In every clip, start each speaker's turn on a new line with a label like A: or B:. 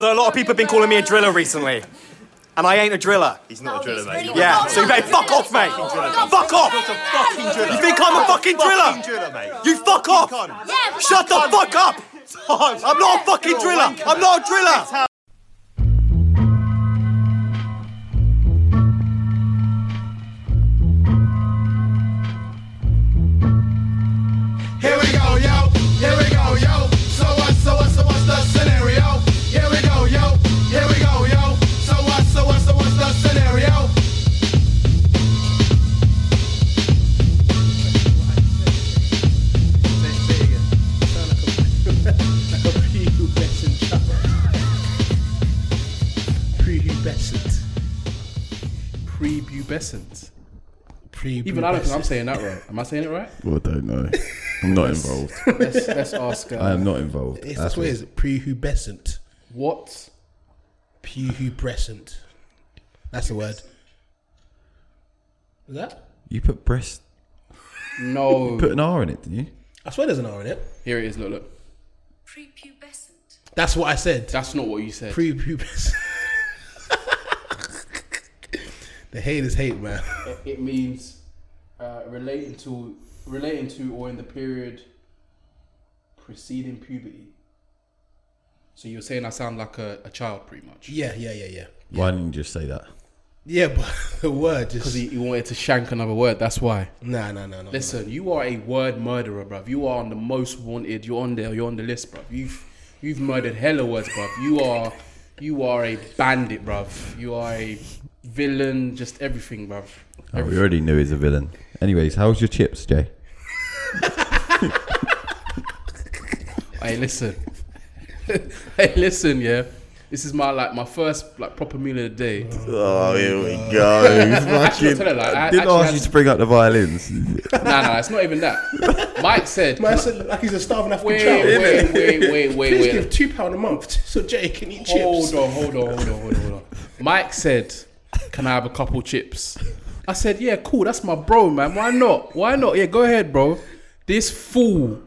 A: A lot of people have been calling me a driller recently, and I ain't a driller.
B: He's not a driller, mate.
A: Yeah, so you better fuck off, mate. Fuck off.
B: Fucking driller.
A: You think I'm a fucking driller?
B: Fucking driller, mate.
A: You fuck off. Shut the fuck up. I'm not a fucking driller. I'm not a driller.
C: Here we go, yo. Here we go, yo. So what? So what? So what's the scenario? Here we go, yo. Here we go, yo. So what? So what? So what's the scenario?
D: Prepubescent. Prepubescent. Even I don't think I'm saying that right. Am I saying it right?
E: Well, I don't know. I'm not involved.
D: Let's, let's ask.
E: I
D: Uh,
E: am not involved.
F: It's
E: at
F: that's what it is.
E: all.
F: Prehubescent.
D: what?
F: Prehubescent. That's the word. Is that?
E: You put breast,
D: No.
E: put an R in it, didn't you?
F: I swear there's an R in it.
D: Here it is. Look, look.
G: Prepubescent.
F: That's what I said.
D: That's not what you said.
F: Prehubescent. the hate is hate, man.
D: It- it means uh, relating to, relating to, or in the period preceding puberty. So you're saying I sound like a, a child, pretty much.
F: Yeah, yeah, yeah, yeah.
E: Why didn't you just say that?
F: Yeah, but the word just.
D: Because he, he wanted to shank another word. That's why.
F: Nah, nah, nah, nah.
D: Listen, you are a word murderer, bruv. You are on the most wanted. You're on there. You're on the list, bruv. You've you've murdered hella words, bruv. You are you are a bandit, bruv. You are a villain. Just everything, bruv.
E: Oh, we already knew he's a villain. Anyways, how's your chips, Jay?
D: Hey, listen. hey, listen. Yeah, this is my like my first like proper meal of the day.
E: Oh, here we go.
D: Actually, I'll tell you, like, I
E: I
D: actually
E: didn't ask
D: had-
E: you to bring up the violins.
D: nah, nah, it's not even that. Mike said.
F: Man, said like he's a starving African
D: Wait,
F: child.
D: wait, wait, wait, wait,
F: Please
D: wait.
F: give two pound a month so Jay can eat
D: Hold
F: chips.
D: on, hold on, hold on, hold on, hold on. Mike said, "Can I have a couple chips?" I said, "Yeah, cool. That's my bro, man. Why not? Why not? Yeah, go ahead, bro." This fool,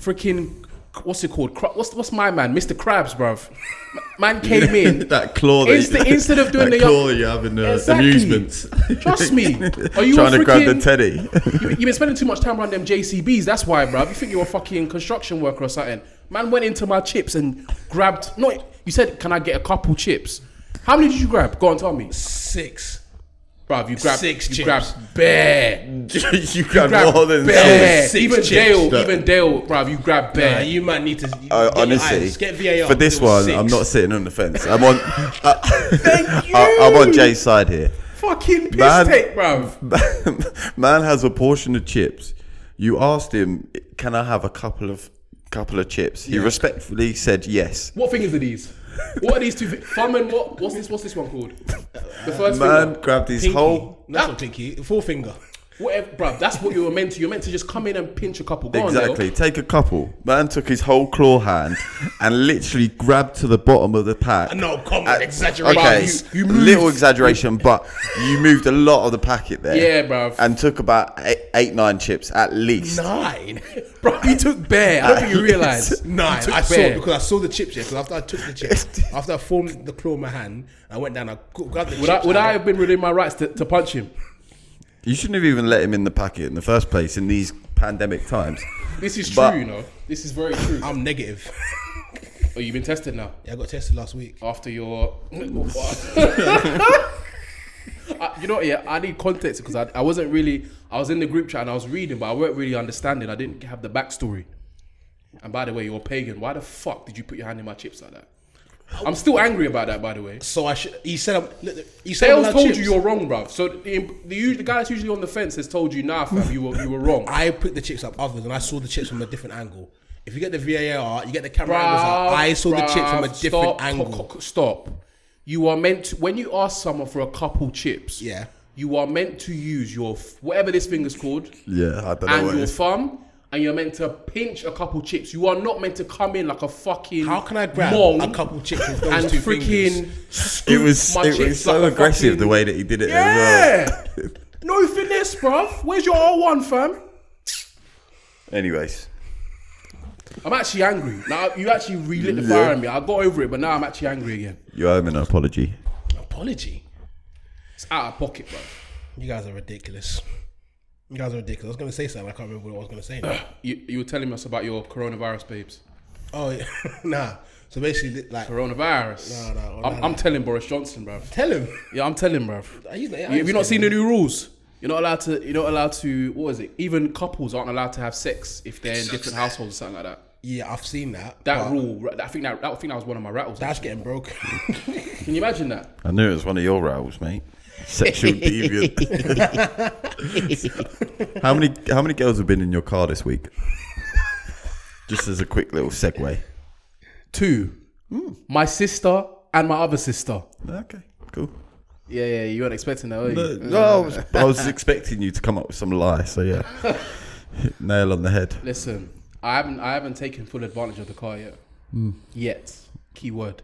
D: freaking, what's it called? Cra- What's what's my man, Mr. Krabs, bruv? M- Man came in.
E: that claw that
D: Insta- instead of doing
E: that
D: the-
E: claw that you have in uh, the
D: Exactly.
E: amusements.
D: Trust me. Are you
E: trying
D: a
E: to grab the
D: freaking-
E: teddy?
D: You, you've been spending too much time around them JCBs. That's why, bruv. You think you're a fucking construction worker or something? Man went into my chips and grabbed. No, you said, "Can I get a couple chips?" How many did you grab? Go on, tell me.
F: Six.
D: Bruv, you grab
F: Six
D: you
F: chips.
D: grab bear,
E: you grabbed
D: grab
E: more than
D: bear.
F: six
D: even
F: chips.
D: Dale,
E: That-
D: even Dale, bruv, you grab
F: Nah,
D: bear.
F: you might need to. you-
E: I-
F: get your
E: Uh, honestly,
F: eyes, get VAR.
E: for this
F: It was
E: one,
F: six.
E: I'm not sitting on the fence. I'm on. I, I'm on Jay's side here.
D: fucking piss
E: Man.
D: take, bruv.
E: Man has a portion of chips. You asked him, "Can I have a couple of couple of chips?" He respectfully said yes.
D: What fingers are these? What are these two? Fi- thumb and what? What's this? What's this one called? The first
E: Man
D: finger.
E: grabbed his
F: Pinky.
E: whole.
F: That's not pinky. Forefinger.
D: Whatever, bruv. That's what you were meant to. You're meant to just come in and pinch a couple. Go On,
E: Exactly.
D: Dale.
E: Take a couple. Man took his whole claw hand and literally grabbed to the bottom of the pack.
F: No, come
E: Uh,
F: on, exaggerate.
E: Okay,
D: You- you moved-
E: little exaggeration, but you moved a lot of the packet there.
D: Yeah, bruv.
E: And took about eight, eight nine chips at least.
F: Nine.
D: Bruv, you took bear. I don't think you realise.
F: Nine. I saw
D: bear.
F: it because I saw the chips. Yeah, because after I took the chips, after I formed the claw in my hand, I went down. I gu- grabbed the
D: Would
F: chips.
D: I, would
F: and
D: I have been within my rights to, to punch him?
E: You shouldn't have even let him in the packet in the first place in these pandemic times.
D: This is true,
E: But-
D: you know. This is very true.
F: I'm negative.
D: oh, you've been tested now.
F: Yeah, I got tested last week.
D: after your. I- you know, what, yeah, I need context because I, I wasn't really. I was in the group chat and I was reading, but I weren't really understanding. I didn't have the backstory. And by the way, you're pagan. Why the fuck did you put your hand in my chips like that? I'm still angry about that, by the way.
F: So I should. He said. I'm, look, he said. I'm
D: Dale's
F: allowed
D: told
F: chips.
D: you you're wrong, bruv. So the, the, u- the guy that's usually on the fence has told you, nah, fam, you were, you were wrong.
F: I picked the chips up others, and I saw the chips from a different angle. If you get the VAR, you get the camera angles up.
D: Bruv,
F: I saw the chips from a
D: bruv,
F: different
D: stop,
F: angle.
D: co- co- Stop. You are meant to, when you ask someone for a couple chips.
F: Yeah.
D: You are meant to use your f- whatever this finger's called
E: Yeah, I don't know
D: and
E: what it
D: your
E: is.
D: thumb, and you're meant to pinch a couple chips. You are not meant to come in like a fucking.
F: How can I grab
D: mong
F: a couple chips with those
D: and
F: two
D: freaking?
F: fingers?
D: scoop
E: It was
D: my
E: it was
D: chips
E: so
D: like a
E: aggressive the
D: fucking-
E: way that he did it as well.
D: Yeah. no finesse, bruv. Where's your R one, fam?
E: Anyways,
D: I'm actually angry. Now you actually relit the fire in me. I got over it, but now I'm actually angry again.
E: You owe him an apology.
D: Apology. It's out of pocket, bro.
F: You guys are ridiculous. You guys are ridiculous. I was going to say something. I can't remember what I was going to say. now.
D: You, you were telling us about your coronavirus, babes.
F: oh, yeah. nah. So basically, li- like,
D: Coronavirus.
F: No, no,
D: I'm,
F: no.
D: I'm telling Boris Johnson, bro.
F: tell him.
D: Yeah, I'm telling, bro.
F: he's- I
D: Have you
F: understand.
D: not seen the new rules? You're not allowed to. You're not allowed to. What is it? Even couples aren't allowed to have sex if they're in different households or something like that.
F: Yeah, I've seen that.
D: That
F: but
D: rule. I think that. I think that was one of my rattles.
F: That's getting broken.
D: Can you imagine that?
E: I knew it was one of your roles, mate. Sexual deviant. how many how many girls have been in your car this week? Just as a quick little segue.
D: Two. Hmm. My sister and my other sister.
E: Okay, cool.
D: Yeah, yeah. You weren't expecting that, were you?
E: No, I was, I was expecting you to come up with some lie, so yeah. Nail on the head.
D: Listen, I haven't. I haven't taken full advantage of the car yet. Yet. Keyword.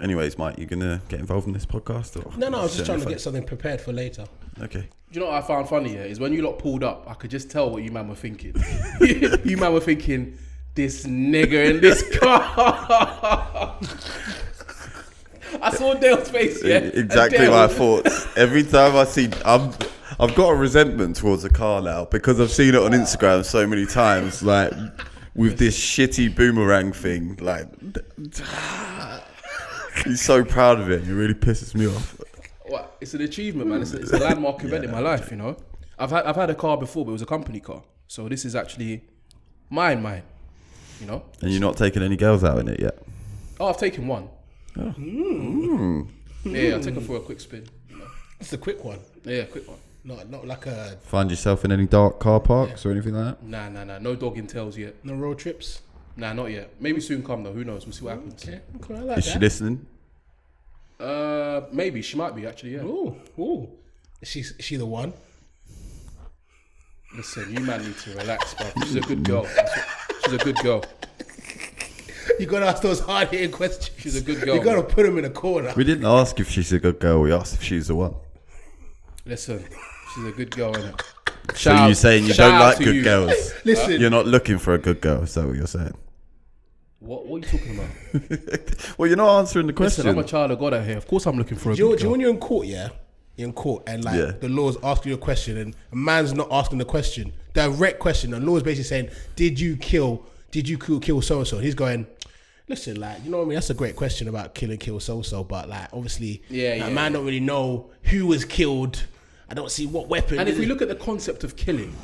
E: Anyways, Mike, you gonna get involved in this podcast or
F: no, no, I was just trying to get something prepared for later.
E: Okay.
D: Do you know what I found funny here? Is when you lot pulled up, I could just tell what you man were thinking. you man were thinking, this nigger in this car. I saw Dale's face, yeah. and
E: E-, exactly
D: Dale-
E: my thoughts. Every time I see, I'm, I've got a resentment towards the car now because I've seen it on Instagram so many times, like with this shitty boomerang thing. Like, he's so proud of it. It really pisses me off.
D: What? It's an achievement, man. It's a, it's a landmark event in my life, you know. I've had I've had a car before, but it was a company car. So this is actually mine, mine. You know.
E: And you're not taking any girls out in it yet.
D: Oh, I've taken one. Hmm. Yeah, yeah, I took her for a quick spin.
F: It's a quick one,
D: Yeah, quick one.
F: not not like a
E: Find yourself in any dark car parks or anything like that.
D: Nah, nah, nah. No dog in tails yet.
F: no road trips.
D: Nah, not yet. Maybe soon come though. Who knows? We'll see what happens.
F: Okay, cool, I like
E: Is she
F: that.
E: listening?
D: Uh, maybe she might be actually. Yeah.
F: Ooh, ooh. She's she the one.
D: Listen, you man need to relax, bro. She's a good girl. That's what- she's a good girl.
F: You gotta ask those hard hitting questions.
D: She's a good girl,
F: You gotta
D: man.
F: put him in a corner.
E: We didn't ask if she's a good girl. We asked if she's the one.
D: Listen, she's a good girl, innit?
E: So
D: Shout-
E: you're saying you
D: shout
E: don't
D: out
E: like
D: to
E: good
D: you.
E: girls?
F: Listen.
E: you're not looking for a good girl. Is that what you're saying?
D: What? What are you talking about?
E: Well, you're not answering the question.
D: Listen, I'm a child of God out here. Of course, I'm looking for a
F: Do you,
D: good
F: do you
D: girl.
F: when you're in court, yeah? You're in court and like
E: Yeah.
F: the laws ask you a question and a man's not asking the question. Direct question. The law is basically saying, Did you kill did you kill kill so and so? He's going, Listen, like, you know what I mean? That's a great question about kill and kill so so, but like obviously
D: Yeah,
F: like,
D: yeah,
F: man don't really know who was killed. I don't see what weapon
D: And if we look at the concept of killing,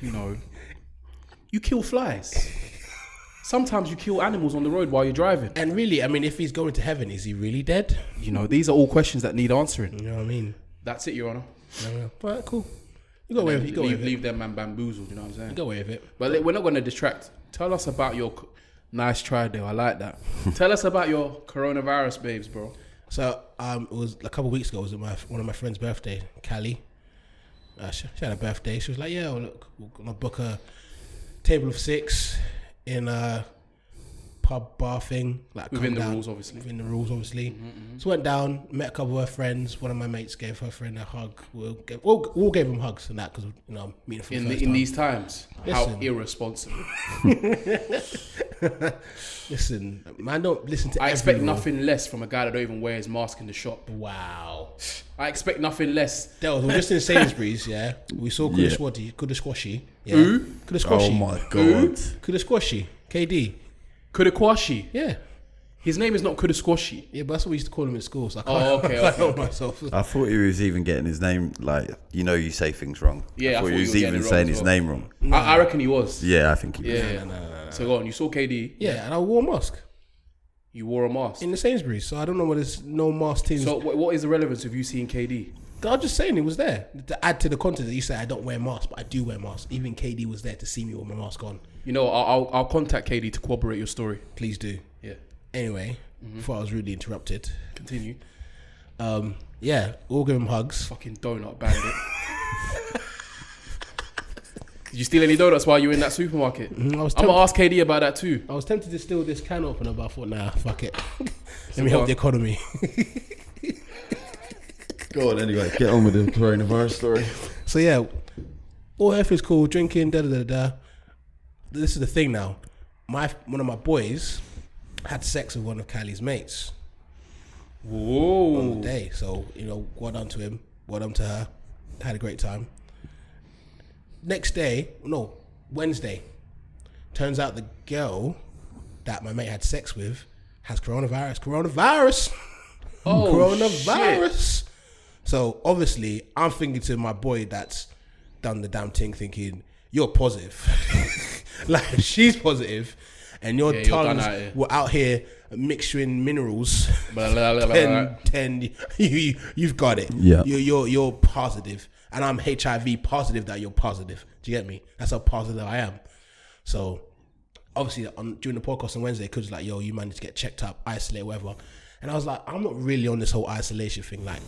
D: you know, you kill flies. Sometimes you kill animals on the road while you're driving.
F: And really, I mean if he's going to heaven, is he really dead?
D: You know, these are all questions that need answering.
F: You know what I mean?
D: That's it, Your Honor.
F: Right, cool. You got away with it. You got away
D: leave,
F: with it.
D: leave them man bamboozled. You know what I'm saying?
F: You got away with it.
D: But li- we're not going to distract. Tell us about your c- nice try, Dale. I like that. Tell us about your coronavirus, babes, bro.
F: So um, it was a couple of weeks ago. It was my one of my friend's birthday, Callie. Uh, she, she had a birthday. She was like, "Yeah, well, look, we're gonna book a table of six in a pub bar thing, like
D: Within
F: come
D: the
F: down-
D: rules, obviously. Mm-hmm,
F: Within the rules, obviously." So went down, met a couple of her friends. One of my mates gave her friend a hug. We all gave, we all, we all gave him hugs and that because you know I'm meeting for the
D: In
F: first
D: the, in
F: time.
D: these times, how
F: Listen.
D: irresponsible.
F: listen, man, don't listen to.
D: I expect
F: everyone.
D: nothing less from a guy that don't even wear his mask in the shop.
F: Wow.
D: I expect nothing less.
F: That was, we were just in Sainsbury's, yeah. We saw
E: Yeah.
F: Kuda Squashy, Kuda Squashy, yeah.
D: Who?
F: Kuda
E: Oh
F: Squashy.
E: my god.
F: Kuda Squashy, KD.
D: Kudakwashi.
F: Yeah.
D: His name is not Kudasquashi.
F: Yeah, but that's what we used to call him in school, so I can't,
D: Oh, okay,
F: I can't
D: okay,
F: help myself.
E: I thought he was even getting his name like you know you say things wrong.
D: Yeah, I
E: I thought
D: thought
E: he
D: you
E: was
D: were getting
E: even
D: it wrong as
E: saying his
D: well.
E: name wrong.
D: I, I reckon he was.
E: Yeah, I think he was.
D: Yeah. So go on. You saw KD.
F: Yeah, and I wore a mask
D: You wore a mask.
F: in the Sainsbury's, so I don't know what this no mask team.
D: So wh- what is the relevance of you seeing KD?
F: I was just saying it was there to add to the content that you said I don't wear masks, but I do wear masks. Even KD was there to see me with my mask on.
D: You know, I'll, I'll, I'll contact KD to corroborate your story.
F: Please do.
D: Yeah.
F: Anyway, before I was rudely interrupted,
D: Continue.
F: um, yeah, all give him hugs.
D: Fucking donut bandit. Did you steal any donuts while you were in that supermarket?
F: I was
D: I'm
F: tempted-
D: gonna ask KD about that too.
F: I was tempted to steal this can opener, but I thought, nah, fuck it. Let me
D: go
F: help
D: on.
F: the economy.
E: Go on anyway, get on with the coronavirus story.
F: so yeah, all F is cool. Drinking, da da da da. this is the thing now. My one of my boys had sex with one of Callie's mates
D: Whoa.
F: day. So, you know, well done to him, well done to her. Had a great time. Next day, no, Wednesday, turns out the girl that my mate had sex with has coronavirus. Coronavirus!
D: Oh, shit.
F: coronavirus! So, obviously, I'm thinking to my boy that's done the damn thing, thinking, you're positive. like, she's positive, and your
D: Yeah, you're done
F: tongues
D: out here.
F: were out here mixing minerals
D: Blah, blah, blah, blah,
F: 10,
D: blah.
F: 10 you, you've got it.
B: Yeah.
F: You're, you're, you're positive. And I'm HIV positive that you're positive. Do you get me? That's how positive I am. So, obviously, on, during the podcast on Wednesday, because like, yo, you managed to get checked up, isolate, whatever. And I was like, I'm not really on this whole isolation thing. Like,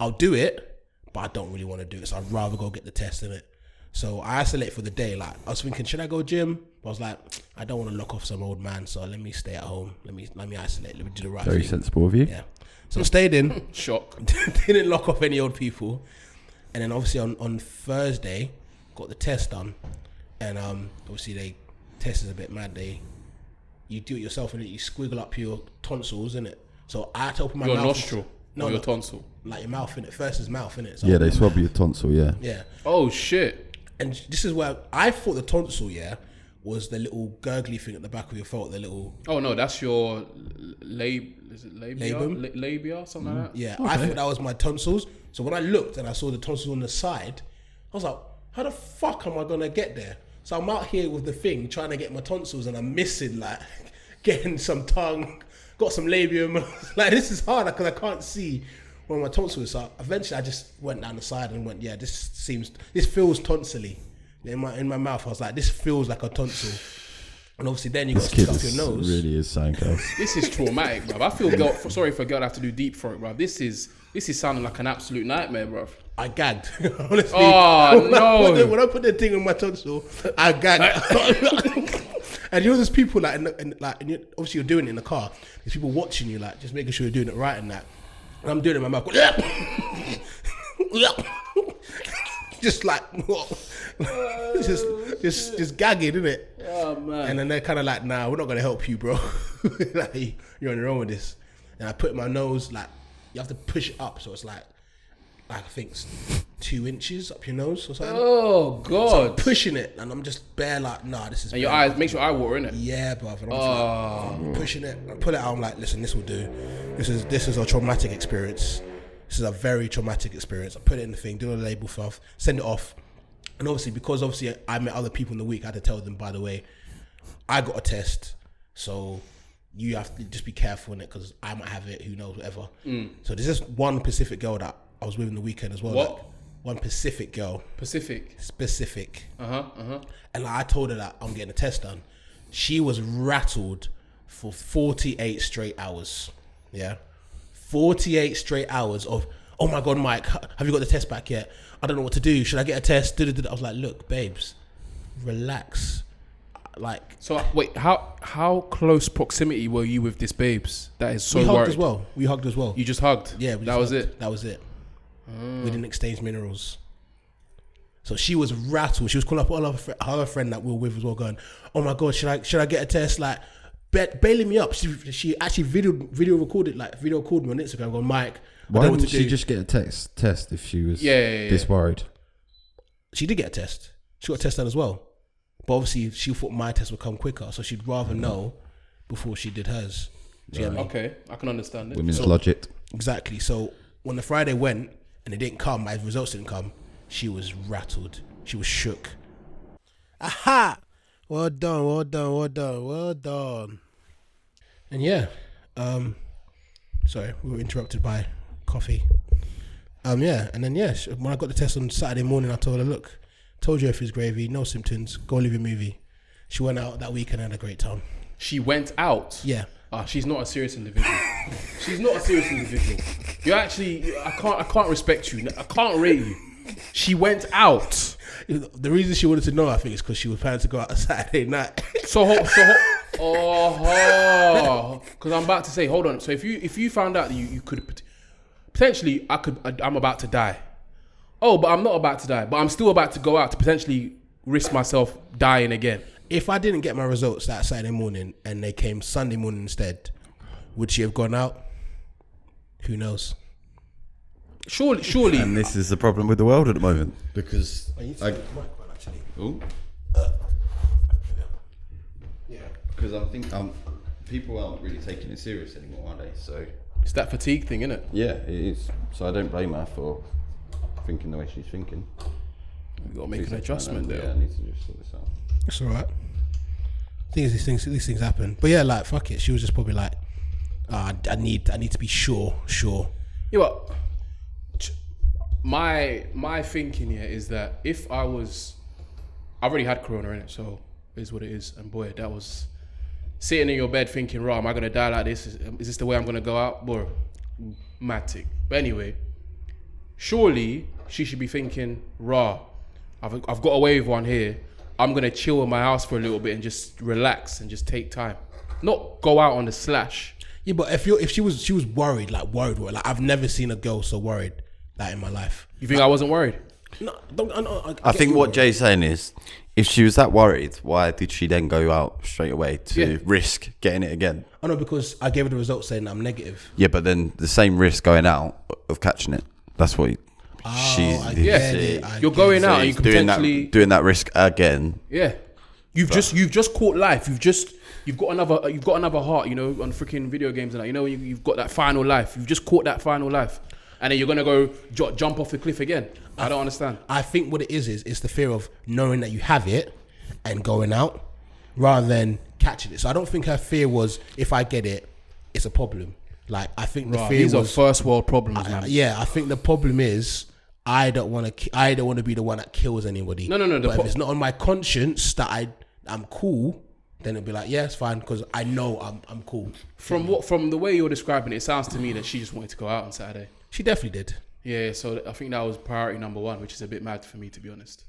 F: I'll do it, but I don't really want to do it. So, I'd rather go get the test in it. So, I isolate for the day. Like, I was thinking, should I go gym? But I was like, I don't want to lock off some old man. So, let me stay at home. Let me let me isolate. Let me do the right
B: Very
F: thing.
B: sensible of you.
F: Yeah. So I stayed in.
D: Shock.
F: didn't lock off any old people. And then obviously on, on Thursday, got the test done. And um, obviously they test is a bit mad. They you do it yourself and you squiggle up your tonsils, innit? So I had to open my
D: Your
F: mouth.
D: nostril.
F: No,
D: or your
F: no,
D: tonsil.
F: Like your mouth in it. First is mouth in it. So
B: Yeah, they swab your tonsil. Yeah.
F: Yeah.
D: Oh, shit.
F: And this is where I thought the tonsil, yeah, was the little gurgly thing at the back of your throat, the little
D: Oh, no, that's your lab. Is it labia?
F: Labum? Mm,
D: La- labia? Something like that?
F: Yeah, I thought that was my tonsils. So when I looked and I saw the tonsils on the side, I was like, how the fuck am I gonna get there? So I'm out here with the thing trying to get my tonsils and I'm missing like getting some tongue, got some labium. like this is hard because I can't see where my tonsils are. Eventually I just went down the side and went, yeah, this seems this feels tonsily. In my in my mouth, I was like, this feels like a tonsil. And obviously then you got
B: This kid
F: stuff your
B: is-
F: nose.
B: really is saying else.
D: This is traumatic, bruv. I feel girl, for, sorry for a girl to have to do deep throat, bruv. This is this is sounding like an absolute nightmare, bruv.
F: I gagged. Honestly.
D: Oh,
F: when
D: no.
F: I put the, when I put the thing in my tonsil, I gagged. and you know, there's people like, in the, in, like, and you, obviously you're doing it in the car. There's people watching you, like, just making sure you're doing it right and that. And I'm doing it in my mouth. going, just like, just, just, just gagging, isn't it?
D: Oh man.
F: And then they're kind of like, nah, we're not going to help you, bro. like, you're on your own with this. And I put my nose, like, you have to push it up. So it's like, like I think it's two inches up your nose or something.
D: oh god.
F: Pushing it. And I'm just bare like, nah, this is.
D: and your
F: bare.
D: eyes makes your eye water, innit?
F: Yeah, bruv. And I'm, just like, I'm pushing it. I pull it out. I'm like, listen, this will do. This is this is a traumatic experience. This is a very traumatic experience. I put it in the thing, do the label stuff, send it off. And obviously, because obviously I met other people in the week, I had to tell them, by the way, I got a test, so you have to just be careful in it because I might have it. Who knows? Whatever. So there's just one Pacific girl that I was with in the weekend as well.
D: What?
F: like, one Pacific girl,
D: Pacific.
F: specific.
D: Uh huh. Uh huh.
F: And like, I told her that I'm getting a test done. She was rattled for 48 straight hours. Yeah. 48 straight hours of, oh my God, Mike, h- have you got the test back yet? I don't know what to do. Should I get a test? Du-du-du-du. I was like, look, babes, relax. Like,
D: So wait, how how close proximity were you with this babes? That is so
F: we hugged
D: worried.
F: as well. We hugged as well.
D: You just hugged.
F: Yeah, we
D: that
F: just
D: was
F: hugged.
D: it.
F: That was it. We didn't exchange minerals. So she was rattled. She was calling up all her, fr- her other friend that we were with as well, going, "Oh my god, should I should I get a test?" Like, bet bailing me up. She she actually video video recorded like video called me on Instagram, going, "Mike, I
E: Why
F: don't know what
E: wouldn't
F: to
E: she
F: do."
E: just get a text test if she was
D: Yeah, yeah, yeah.
E: this worried?
F: she did get a test. She got a test done as well, but obviously she thought my test would come quicker, so she'd rather know before she did hers. Do you get me?
D: Okay, I can understand it.
E: Women's logic.
F: Exactly. So when the Friday went and it didn't come, my results didn't come, she was rattled. She was shook. Aha! Well done, well done, well done, well done. And yeah, um, sorry, we were interrupted by coffee. Um, yeah, and then yeah, sh- when I got the test on Saturday morning, I told her, look, told you if it's gravy, no symptoms, go live your movie. She went out that weekend and had a great time.
D: She went out.
F: Yeah.
D: Ah, she's not a serious individual. she's not a serious individual. You're actually, I can't, I can't respect you. I can't rate you. She went out.
F: The reason she wanted to know, I think, is because she was planning to go out on Saturday night.
D: So, ho- so, ho- oh, because I'm about to say, hold on. So if you if you found out that you, you could pot- potentially, I could, I, am about to die. Oh, but I'm not about to die. But I'm still about to go out to potentially risk myself dying again.
F: If I didn't get my results that Saturday morning and they came Sunday morning instead, would she have gone out? Who knows?
D: Surely, surely.
B: And this is the problem with the world at the moment.
E: Because I, because I think um, people aren't really taking it serious anymore, are they? So
D: It's that fatigue thing, innit?
E: yeah, it is. So I don't blame her for thinking the way she's thinking.
D: We've got to make
E: She's
D: an
E: like,
D: adjustment
E: "No,
D: there.
E: Yeah, I need to just sort this out.
F: It's all right. Things these things these things happen. But yeah, like fuck it. She was just probably like, ah, I need I need to be sure, sure.
D: Yeah, but ch- my my thinking here is that if I was, I already had corona in it, so it is what it is. And boy, that was sitting in your bed thinking, "Raw, am I gonna die like this? Is, is this the way I'm gonna go out?" Bro, matic. But anyway, surely she should be thinking, "Raw, I've I've got away with one here. I'm gonna chill in my house for a little bit and just relax and just take time, not go out on the slash."
F: Yeah, but if you if she was she was worried, like worried, worried, like I've never seen a girl so worried like in my life.
D: You think I wasn't worried?
F: No, don't. I, know- I,
H: I
F: get
H: think
F: you.
H: what Jay's saying is, if she was that worried, why did she then go out straight away to
D: Yeah.
H: risk getting it again?
F: I know because I gave her the results saying I'm negative.
H: Yeah, but then the same risk going out of catching it. That's what he, she's
F: I
H: he's-
D: Oh, get
F: it, I
D: You're
F: get
D: going
H: so
D: out and you
H: he's
D: can
H: doing
D: potentially
H: that, doing that risk again.
D: Yeah, you've just you've just caught life. You've just you've got another uh, you've got another heart. You know, on freaking video games and that. You know, you, you've got that final life. You've just caught that final life, and then you're gonna go ju- jump off the cliff again. I don't understand.
F: I think what it is is it's the fear of knowing that you have it and going out rather than catching it. So I don't think her fear was if I get it, it's a problem. Like I think the fear
D: These are
F: was
D: first world problems,
F: I-
D: man.
F: yeah. I think the problem is I don't want to. I don't want to be the one that kills anybody.
D: No, no, no, the
F: But if
D: po-
F: it's not on my conscience that I I'm cool, then it'll be like yeah, it's fine because I know I'm I'm cool.
D: From what from the way you're describing it, it sounds to me that she just wanted to go out on Saturday.
F: She definitely did.
D: Yeah, so I think that was priority number one, which is a bit mad for me to be honest.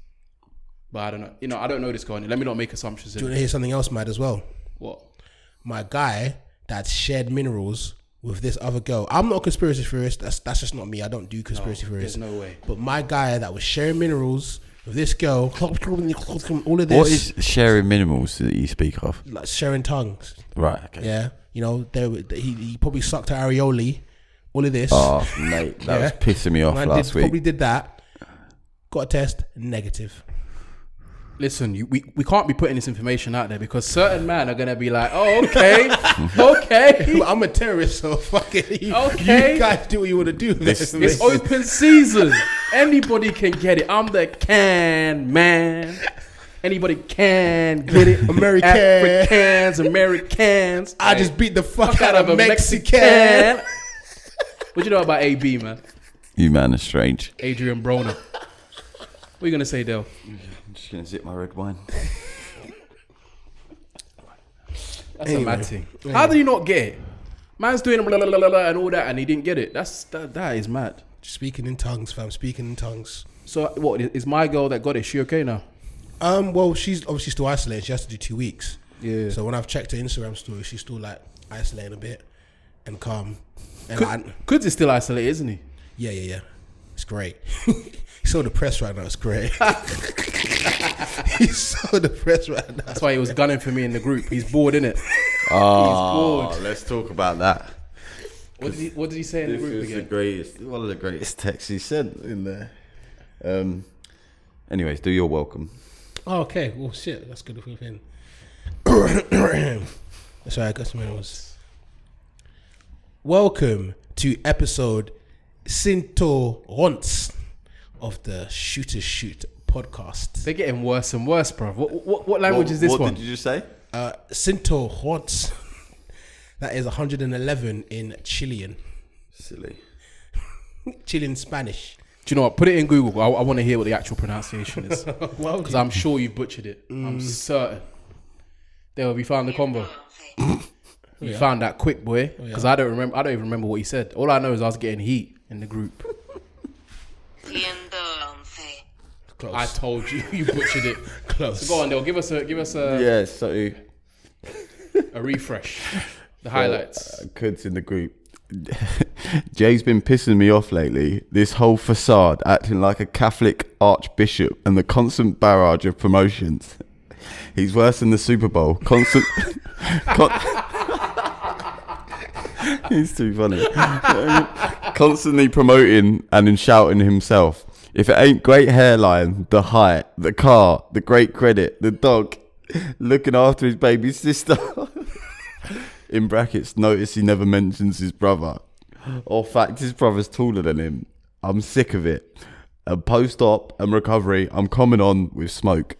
D: But I don't know. You know, I don't know this going. Let me not make assumptions.
F: Do you
D: In
F: want to hear something else mad as well?
D: what?
F: my guy that shared minerals with this other girl. I'm not a conspiracy theorist. That's that's just not me. I don't do conspiracy theories.
D: there's no way.
F: But my guy that was sharing minerals with this girl, all of this,
H: What is sharing minimals that you speak of?
F: like sharing tongues.
H: Right. Okay.
F: Yeah, you know, there were- he, he probably sucked her areoli. All of this.
H: Oh, mate, that was
F: Yeah.
H: pissing me off
F: Man
H: last
F: did,
H: week.
F: probably did that. Got a test negative.
D: Listen, you, we, we can't be putting this information out there because certain men are gonna be like, oh okay, okay,
F: I'm a terrorist, so fucking. You,
D: Okay.
F: you guys do what you want to do. with
H: This-
F: that
D: it's
F: information.
D: open season. Anybody can get it. I'm the can man. Anybody can get it.
F: American.
D: Africans, Americans.
F: I just beat the fuck, out, of a Mexican.
D: Mexican. what you know about AB man?
H: You man are strange.
D: Adrian Broner. What are you gonna say, Dale?
H: I'm just gonna zip my red wine.
D: That's a mad thing. How did he not get it? Man's doing blah, blah, blah, blah, blah, and all that, and he didn't get it. That's that, that is mad.
F: Speaking in tongues, fam. Speaking in tongues.
D: So what is my girl that got it? She okay now?
F: Um, well, she's obviously still isolated. She has to do two weeks.
D: Yeah.
F: So when I've checked her Instagram story, she's still like isolating a bit and calm. And I,
D: Kuds is still isolated, isn't he?
F: yeah, yeah, yeah. It's great. He's so depressed right now. It's great. He's so depressed right now.
D: That's why he was gunning for me in the group. He's bored, innit?
H: Oh,
D: bored.
H: let's talk about that.
D: What did he, what did he say in the
B: This
D: group
B: is the
D: again?
B: greatest. One of the greatest texts he sent in there.
H: Um. Anyways, do your welcome.
F: Oh, okay. Well, shit. That's good if we've been. Sorry, I got some was. Welcome to episode Cinto Once of the Shooter Shoot podcast.
D: They're getting worse and worse, bruv. What, what, what language
H: What-
D: is this
H: what
D: one?
H: did you just say?
F: Uh, Cinto Hortz. That is 111 in Chilean.
H: Silly.
F: Chilean Spanish.
D: Do you know what? Put it in Google. I, I want to hear what the actual pronunciation is. Because
F: Well,
D: I'm sure you butchered it. I'm certain. There, we found the combo. You found that quick, boy. Because I don't remember. I don't even remember what he said. All I know is I was getting heat in the group.
F: close.
D: I told you, you butchered it.
F: close.
D: Go on, Dale. Give us a give us a,
B: Yeah, so
D: a refresh. The
E: Uh,
D: highlights.
B: Cuds in the group. Jay's been pissing me off lately. This whole facade acting like a Catholic archbishop and the constant barrage of promotions.
E: He's worse than the Super Bowl. Constant. Con- He's too funny. Constantly promoting and then shouting himself. If it ain't great hairline, the height, the car, the great credit, the dog, looking after his baby sister. In brackets, notice he never mentions his brother. Or fact, his brother's taller than him. I'm sick of it. And post op and recovery, I'm coming on with smoke.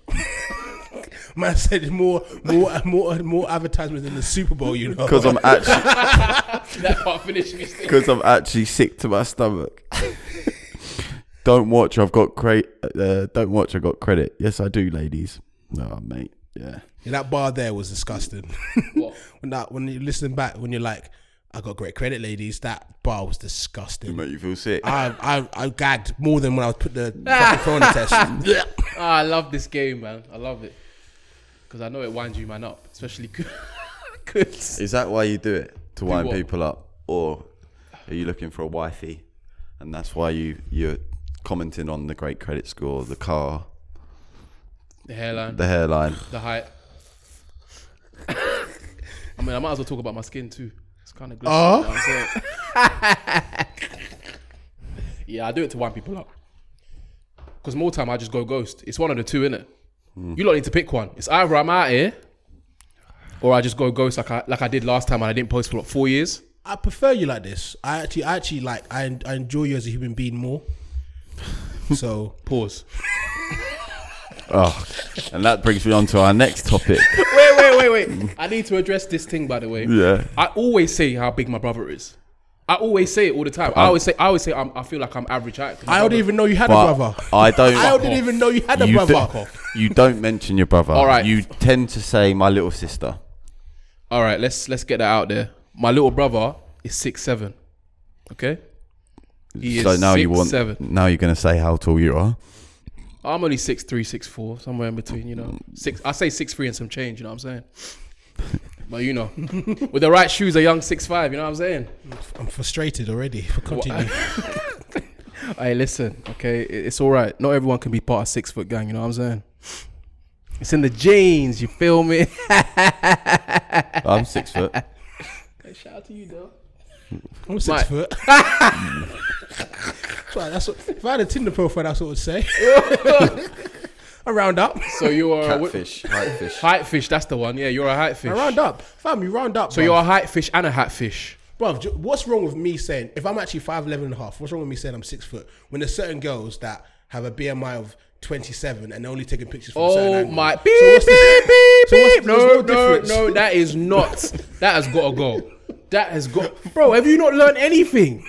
F: Man said more, more, more, more advertisements than the Super Bowl. You know,
E: Because I'm actually.
D: That part finishing is
E: because I'm actually sick to my stomach. don't watch. I've got credit. Uh, don't watch. I got credit. Yes, I do, ladies. No, mate. Yeah.
F: Yeah, that bar there was disgusting. when that when you listen back, when you're like, I got great credit, ladies. That bar was disgusting.
E: Make you feel sick.
F: I I I gagged more than when I was put the fucking corona test.
D: Ah, I love this game, man. I love it because I know it winds you man up, especially good. good.
E: Is that why you do it to wind
D: what?
E: people up, or are you looking for a wifey, and that's why you you're commenting on the great credit score, the car,
D: The hairline,
E: the hairline?
D: the height. I mean, I might as well talk about my skin too. It's kind of glossy. you know what I'm saying? Oh. yeah, I do it to wind people up. Because more time, I just go ghost. It's one of the two, innit? You lot need to pick one. It's either I'm out here, or I just go ghost like I like I did last time and I didn't post for what four years.
F: I prefer you like this. I actually, I actually like. I I enjoy you as a human being more. So
D: Pause.
E: Oh, and that brings me on to our next topic.
D: wait, wait, wait, wait. I need to address this thing, by the way.
E: Yeah.
D: I always say how big my brother is. I always say it all the time. I always say, I always say, I'm, I feel like I'm average height.
F: I don't even know you had a
E: But
F: brother.
E: I don't.
F: I didn't even know you had a
E: You
F: brother.
E: do- you don't mention your brother.
D: All right.
E: You tend to say my little sister.
D: All right, let's let's get that out there. My little brother is six seven. Okay. He
E: so
D: is
E: now you
D: six,
E: want
D: seven.
E: now you're going to say how tall you are.
D: I'm only six three, six four, somewhere in between. You know, six. I say six three and some change. You know what I'm saying? but you know, with the right shoes, a young six five. You know what I'm saying?
F: I'm frustrated already. Continue.
D: Hey, listen, okay, it- it's all right. Not everyone can be part of six foot gang. You know what I'm saying? It's in the jeans. You feel me?
E: I'm six foot.
D: Shout out to you, though.
F: I'm six
D: Mike.
F: foot. That's what- that's what, if I had a Tinder profile, that's what I would say. I round up.
D: So you are a wi-
E: Catfish, white fish.
D: height fish. That's the one. Yeah, you're a height fish.
F: I round up. Fam, you round up.
D: So you're a height fish and a hat fish.
F: Bruv, ju- what's wrong with me saying, if I'm actually 5'11 and a half, what's wrong with me saying I'm six foot? When there's certain girls that have a BMI of 27 and they're only taking pictures from certain
D: Oh
F: angles.
D: my!
F: So
D: Beep
F: what's the-
D: beep
F: so
D: beep
F: what's- there's
D: beep. No, no,
F: difference.
D: no. That is not. That has got to go. That has got. Bro, have you not learned anything?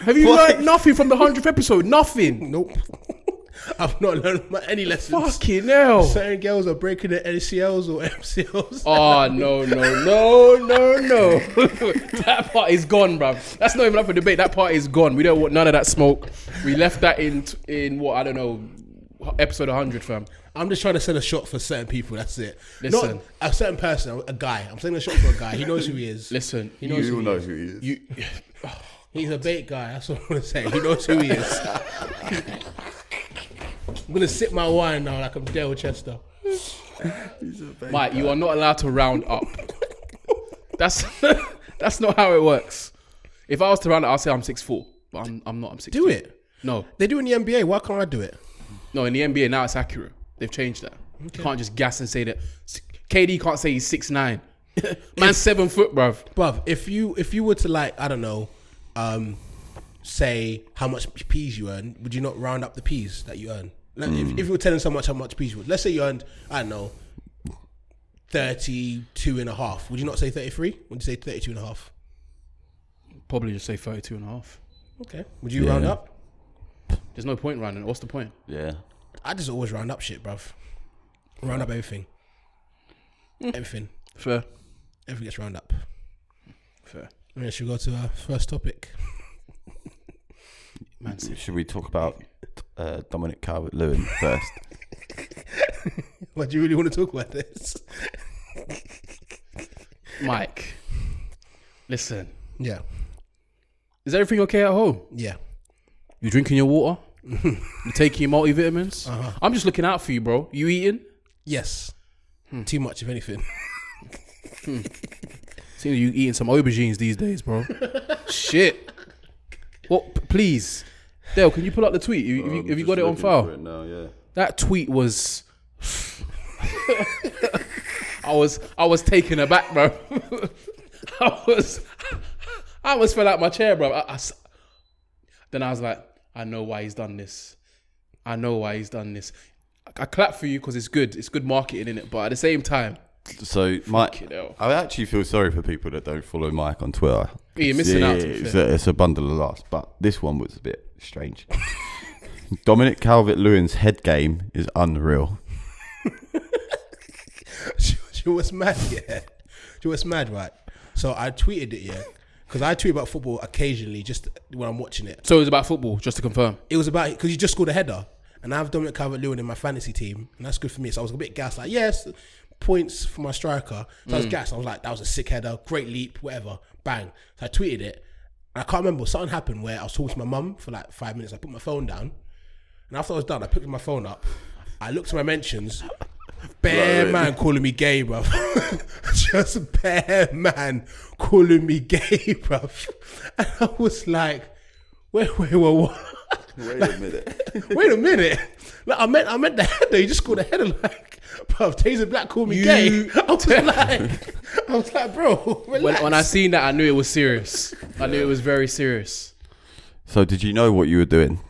D: Have you learned nothing from the hundredth episode? Nothing.
F: Nope. I've not learned my, any lessons.
D: Fucking hell.
F: Certain girls are breaking their NCLs or MCLs.
D: Oh no no no no no! that part is gone, bruv. That's not even up for debate. That part is gone. We don't want none of that smoke. We left that in in what I don't know, episode 100, fam.
F: I'm just trying to send a shot for certain people. That's it.
D: Listen.
F: Not a certain person, a guy. I'm sending a shot for a guy. He knows who he is.
D: Listen,
F: he knows who he is.
E: who he is.
D: you
F: He's a bait guy. That's what I'm gonna say. He knows who he is. I'm gonna sip my wine now, like I'm Dale Chester.
D: Mike, you are not allowed to round up. That's that's not how it works. If I was to round up, I'll say I'm six four, but I'm I'm not. I'm six.
F: Do it.
D: No,
F: They do in the NBA. Why can't I do it?
D: no. In the NBA now, it's accurate. They've changed that. You can't just gas and say that. KD can't say he's six nine. Man's seven foot, bruv.
F: Bruv, if you if you were to like, I don't know, um, say how much peas you earn, would you not round up the peas that you earn? Like if, if you were telling so much how much peas you would, let's say you earned, I don't know, 32 and a half. Would you not say 33? Would you say 32 and a half?
D: Probably just say 32 and a half.
F: Okay. Would you round up?
D: There's no point rounding. What's the point?
E: Yeah.
F: I just always round up shit, bruv. Round up everything. Everything.
D: Fair.
F: Everything gets round up.
D: Fair.
F: I mean, should we go to our first topic?
D: Man, City.
E: Should we talk about uh, Dominic Calvert Lewin first?
F: What do you really want to talk about this?
D: Mike, listen.
F: Yeah.
D: Is everything okay at home?
F: Yeah.
D: You drinking your water?
F: Uh-huh.
D: you taking your multivitamins? I'm just looking out for you, bro. You eating?
F: Yes. Too much of anything.
D: Seems you eating some aubergines these days, bro. Shit. What? p- Please, Dale, can you pull up the tweet? Have you, have you- have you got it on file?
E: No, yeah.
D: That tweet was. I was I was taken aback, bro. I was I almost fell out my chair, bro. I- I s- then I was like, I know why he's done this. I know why he's done this. I, I clap for you because it's good. It's good marketing in it, but at the same time,
H: So Mike,
D: hell.
H: I actually feel sorry for people that don't follow Mike on Twitter.
D: Yeah, you're missing out, to be
H: it's,
D: fair.
H: a, it's a bundle of laughs, but this one was a bit strange. Dominic Calvert Lewin's head game is unreal.
F: she, she was mad, yeah. She was mad, right? So I tweeted it, yeah. Because I tweet about football occasionally just when I'm watching it.
D: so it was about football, just to confirm.
F: It was about, because you just scored a header. And I have Dominic Calvert Lewin in my fantasy team. And that's good for me. So I was a bit gassed, like, yes, points for my striker. So I was gassed. I was like, that was a sick header, great leap, whatever. Bang. So I tweeted it. And I can't remember. Something happened where I was talking to my mum for like five minutes. I put my phone down. And after I was done, I picked my phone up. I looked at my mentions. Bear man calling me gay, bruv. Just bear man calling me gay, bruv. And I was like, wait, wait, wait, what? Wait a minute. wait a minute. Like, I meant I meant the header. You just called the header like, bruv, Taser Black called me gay. I was like, I was like, bro,
D: When,
F: relax.
D: when I seen that, I knew it was serious. I knew it was very serious.
H: So did you know what you were doing?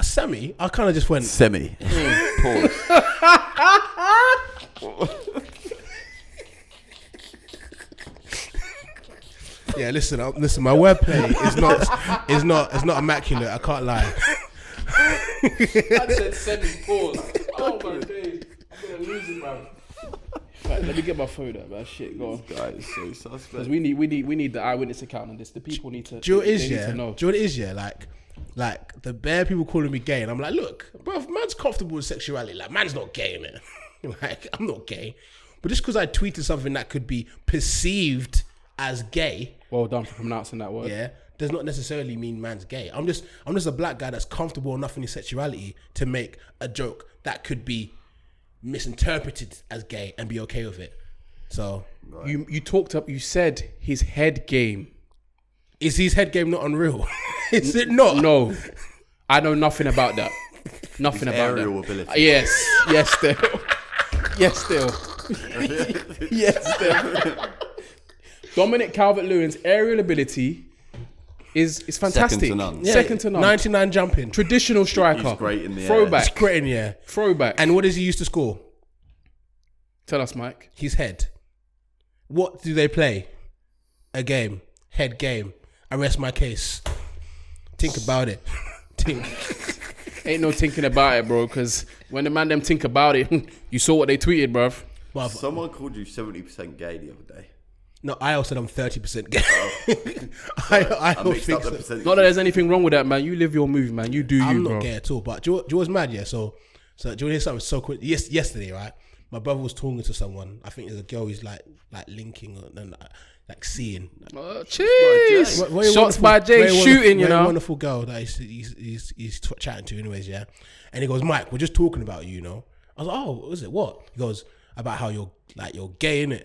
F: Sammy, I kind of just went,
H: Semi.
F: Yeah, listen, uh, listen. My wordplay is not is not is not immaculate. I can't lie.
D: I said semi pause. Oh my days. I'm gonna lose it, man. Right, let me get my phone up, man. Shit, go on. Because we need, we need, we need the eyewitness account on this. The people need to.
F: Do you know what it
D: they
F: is
D: need
F: yeah?
D: to
F: Do you know
D: know.
F: what it is yeah? Like, like the bare people calling me gay, and I'm like, look, bro, man's comfortable with sexuality. Like, man's not gay, man. like, I'm not gay. But just because I tweeted something that could be perceived as gay,
D: Well done for pronouncing that word.
F: yeah, does not necessarily mean man's gay. I'm just I'm just a black guy that's comfortable enough in his sexuality to make a joke that could be misinterpreted as gay and be okay with it. So
D: You, you talked up. You said his head game.
F: is his head game not unreal? is it not?
D: No, I know nothing about that. Nothing about
E: aerial
D: that. Uh,
E: ability.
D: Yes, yes, still. yes, still. yes, still. Dominic Calvert-Lewin's aerial ability is is fantastic.
E: none.
D: Second to none.
F: 99 jumping.
D: Traditional striker.
E: great in the air.
D: throwback.
F: It's great in yeah.
D: Throwback.
F: And what does he use to score?
D: tell us, Mike.
F: His head. What do they play? A game. Head game. I rest my case. Think about it. Think.
D: Ain't no thinking about it, bro. Because when the man them think about it, you saw what they tweeted, bruv.
F: Bruv,
E: Someone called you 70% gay the other day.
F: No, I also am thirty percent gay. I, I
E: I
F: don't
E: mixed
F: think
E: up the
F: so.
E: percentage.
D: Not that there's anything wrong with that, man. You live your move, man. You do
F: I'm
D: you, bro.
F: not gay at all. But do you, do you know what's mad? Yeah. So, so do you want to hear something so quick? Yes, yesterday, right? My brother was talking to someone. I think there's a girl who's like, like linking or and, like, like seeing.
D: Uh, cheers.
F: Very- very
D: Shots
F: wonderful-
D: by Jay
F: very wonderful-
D: shooting, you
F: very
D: know.
F: Wonderful girl that he's, he's, he's, he's t- chatting to, anyways, yeah. And he goes, Mike, we're just talking about you, you know. I was like, oh, what is it? What? He goes, about how you're like you're gay, innit?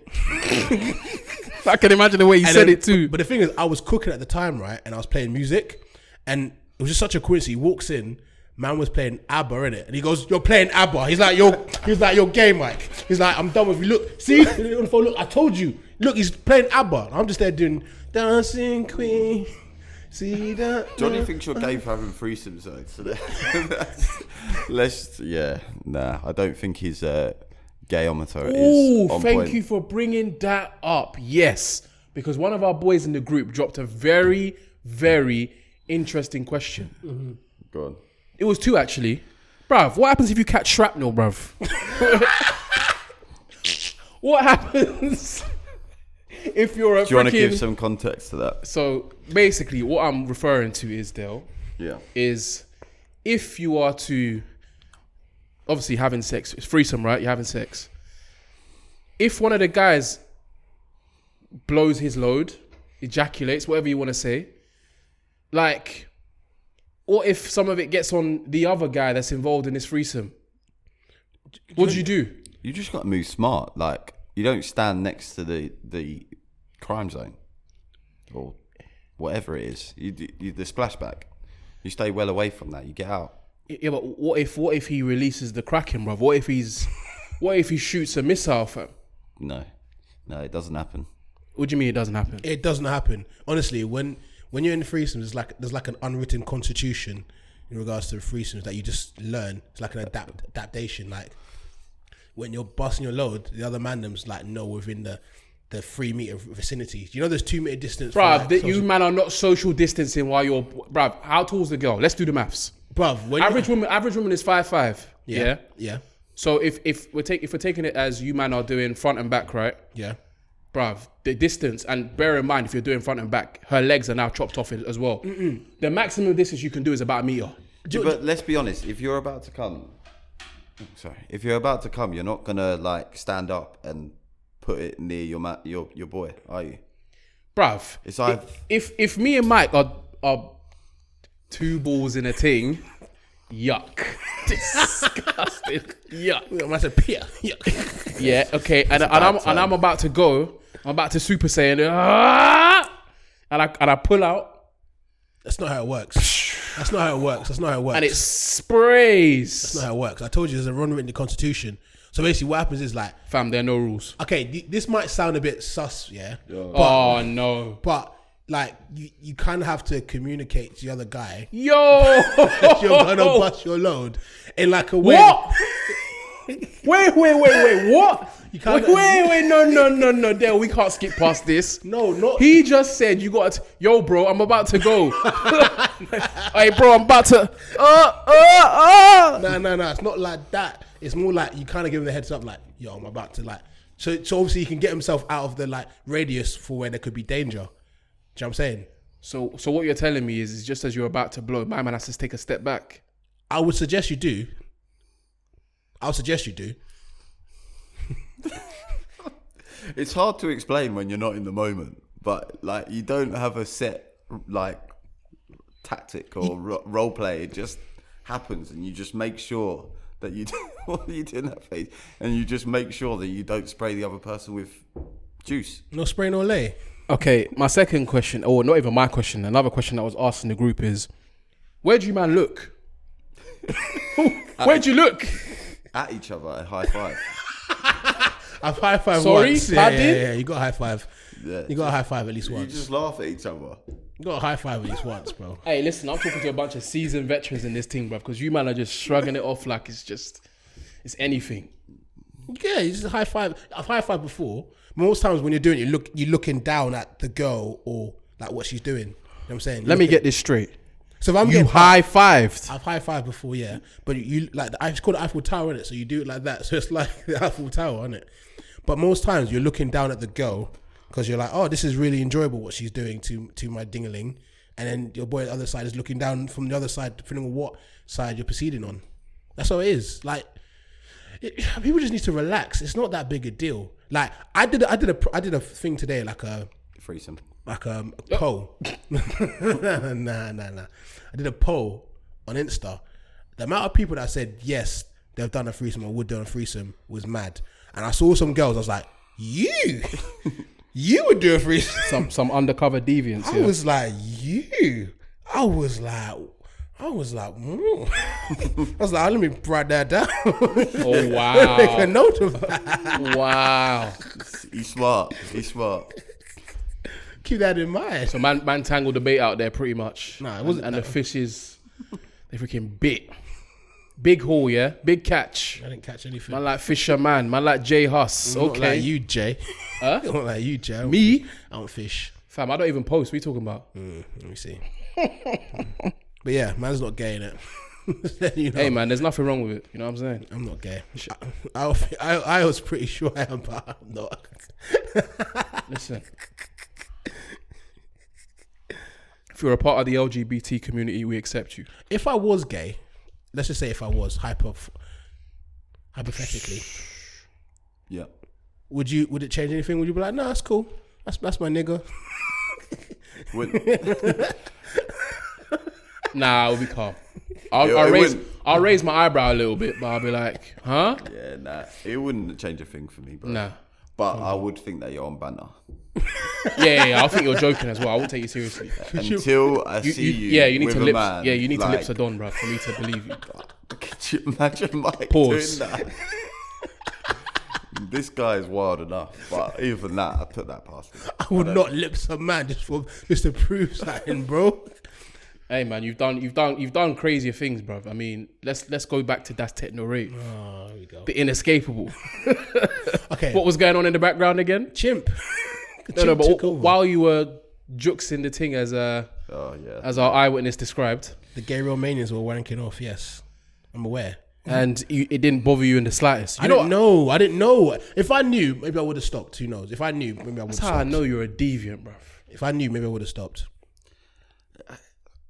D: I can imagine the way he
F: And
D: said
F: then-
D: it too.
F: But the thing is, I was cooking at the time, right? And I was playing music, and it was just such a coincidence. He walks in, man was playing ABBA in it, and he goes, "You're playing ABBA." He's like, "You're," he's like, "You're gay, Mike." He's like, "I'm done with you." Look, see, He's on the phone, look, I told you. Look, he's playing ABBA. And I'm just there doing dancing queen. See that?
E: Johnny thinks you're gay for having threesomes, though. So that-
H: Let's yeah, nah. I don't think his uh, gayometer is.
D: Ooh,
H: on
D: thank
H: point.
D: you for bringing that up. Yes, because one of our boys in the group dropped a very, very interesting question.
H: Go on.
D: It was two actually. Bruv, what happens if you catch shrapnel, bruv? what happens if you're a
E: Do you want to
D: freaking-
E: give some context to that?
D: So basically what I'm referring to is Dale,
E: Yeah.
D: is if you are to obviously having sex, it's threesome, right? You're having sex. If one of the guys blows his load, ejaculates, whatever you want to say, like, what if some of it gets on the other guy that's involved in this threesome? What do you do?
H: You just got to move smart. Like you don't stand next to the the crime zone or whatever it is. You, d- you the splashback. You stay well away from that. You get out.
D: Yeah, but what if what if he releases the Kraken, bruv? What if he's what if he shoots a missile? Fam?
H: No, no, it doesn't happen.
D: What do you mean it doesn't happen?
F: It doesn't happen. Honestly, when when you're in threesomes, it's like there's like an unwritten constitution in regards to threesomes that you just learn. It's like an adapt adaptation. Like when you're busting your load, the other man them's like no within the the three meter vicinity. You know, there's two meter distance. for,
D: Bruv,
F: like,
D: that
F: social-
D: you man are not social distancing while you're bruv. How tall's the girl? Let's do the maths.
F: bruv. When
D: Average
F: you,
D: woman, average woman is five five. Yeah.
F: yeah, yeah,
D: So if if we're take if we're taking it as you man are doing front and back, right,
F: yeah.
D: bruv, the distance and bear in mind if you're doing front and back, her legs are now chopped off as well. The maximum distance you can do is about a meter.
H: But let's be honest. If you're about to come, sorry. If you're about to come, you're not gonna like stand up and put it near your ma- your your boy, are you?
D: bruv.
H: It's like-
D: if, if if me and Mike are are two balls in a ting, yuck. Disgusting. Yuck.
F: I said Peter. Yeah,
D: Yeah. Okay. And, and I'm and I'm about to go. I'm about to super saiyan. "Ah!" And I and I pull out
F: that's not how it works. That's not how it works. That's not how it works.
D: and it sprays.
F: That's not how it works. I told you there's a run written in the constitution. So basically, what happens is like,
D: Fam, there are no rules.
F: okay, th- this might sound a bit sus, yeah,
D: Oh no.
F: but like you, you kind of have to communicate to the other guy
D: Yo.
F: you're gonna bust your load in like a way.
D: What? wait, wait, wait, wait. What?
F: can't-
D: wait, wait, wait. No, no, no, no. Dale, we can't skip past this.
F: No, not-
D: He just said you got. To, Yo, bro, I'm about to go. hey, bro, I'm about to. Uh, uh, uh.
F: No, no, no. It's not like that. It's more like you kind of give him the heads up, like, yo, I'm about to like. So, so obviously he can get himself out of the like radius for where there could be danger. Do you know what I'm saying?
D: So, so what you're telling me is, is just as you're about to blow, my man has to take a step back.
F: I would suggest you do. I would suggest you do.
H: It's hard to explain when you're not in the moment, but like you don't have a set like tactic or ro- role play. It just happens, and you just make sure that you do what you do in that phase, and you just make sure that you don't spray the other person with juice.
F: No spray, no lay.
D: Okay, my second question, or not even my question, another question that was asked in the group is, where do you man look? Where'd you look?
H: At each other, a high five.
F: I've high five
D: Sorry?
F: once. Yeah, yeah,
D: Pardon?
F: yeah, yeah. You got a high five.
H: Yeah.
F: You got a high five at least
H: You
F: once.
H: just laugh at each other.
F: You got a high five at least once, bro.
D: Hey, listen, I'm talking to a bunch of seasoned veterans in this team, bruv, because you man are just shrugging it off like it's just, it's anything.
F: Yeah, you just high five. I've high five before. Most times when you're doing it, you look you're looking down at the girl or like what she's doing. You know what I'm saying?
D: Let me get this straight.
F: So if I'm
D: You
F: getting
D: high fived.
F: I've high five before, yeah. But you like the, it's called the Eiffel Tower, innit? So you do it like that. So it's like the Eiffel Tower, innit? But most times you're looking down at the girl because you're like, oh, this is really enjoyable what she's doing to to my dingaling, and then your boy on the other side is looking down from the other side, depending on what side you're proceeding on. That's how it is. Like it, people just need to relax. It's not that big a deal. Like I did, I did a, I did a thing today, like a
H: Threesome.
F: like um, a poll. nah, nah, nah. I did a poll on Insta. The amount of people that said yes, they've done a threesome or would do a threesome was mad. And I saw some girls. I was like, you, you would do a threesome.
D: Some some undercover deviants.
F: I
D: Yeah.
F: was like, you. I was like, I was like, mm. I was like, let me write that down.
D: oh
F: Make a
D: wow,
F: note of that.
D: wow.
H: He's smart. He's smart.
F: Keep that in mind.
D: So man man tangled the bait out there pretty much.
F: Nah, it wasn't
D: And, and the fishes, they freaking bit. Big haul, yeah, big catch.
F: I didn't catch anything.
D: Man like fisherman, man like Jay Huss.
F: Not
D: Okay,
F: like you, Jay.
D: Huh?
F: Not like you, Jay. I don't
D: Me?
F: fish. I don't fish.
D: fam. I don't even post. What are you talking about?
F: Let me see. Hmm. but yeah, man's not gay in it. you know,
D: Hey man, there's nothing wrong with it. You know what I'm saying?
F: I'm not gay. I, I, I, I was pretty sure I am, but I'm not.
D: Listen. If you're a part of the LGBT community, we accept you.
F: If I was gay, let's just say if I was hyper, hypothetically,
H: Yeah.
F: would you? Would it change anything? Would you be like, no, that's cool. That's that's my nigga.
H: Wouldn't-
D: Nah, we'll be calm. I'll,
H: It-
D: I'll
H: it
D: raise
H: wouldn't-
D: I'll raise my eyebrow a little bit, but I'll be like, huh?
E: Yeah, nah. It wouldn't change a thing for me, bro.
D: Nah.
E: But I would think that you're on banner.
D: Yeah, yeah, yeah, I think you're joking as well. I won't take you seriously.
E: Until I
D: You-
E: see you,
D: you- yeah, you need
E: with
D: to
E: a
D: lips.
E: man,
D: yeah, you need to
E: like,
D: lips a don, bro, for me to believe you.
E: Could you imagine Mike
D: Pause.
E: doing that? this guy is wild enough, but even that, I put that past me.
F: I would not lips a man just for just to prove something, bro.
D: Hey man, you've done you've done you've done crazier things, bro. I mean, let's let's go back to that techno rave.
E: Ah,
F: Oh, here we go.
D: The inescapable.
F: Okay,
D: what was going on in the background again?
F: chimp?
D: No, no, but
F: took
D: wh-
F: over.
D: while you were juxing the thing as uh,
E: Oh yeah.
D: as our eyewitness described,
F: The gay Romanians were wanking off. Yes, I'm aware.
D: and you, it didn't bother you in the slightest. You
F: I
D: know,
F: didn't
D: what?
F: know. I didn't know. If I knew, maybe I would have stopped. Who knows? If I knew, maybe I would have
D: that's how I
F: stopped.
D: know you're a deviant, bro.
F: If I knew, maybe I would have stopped.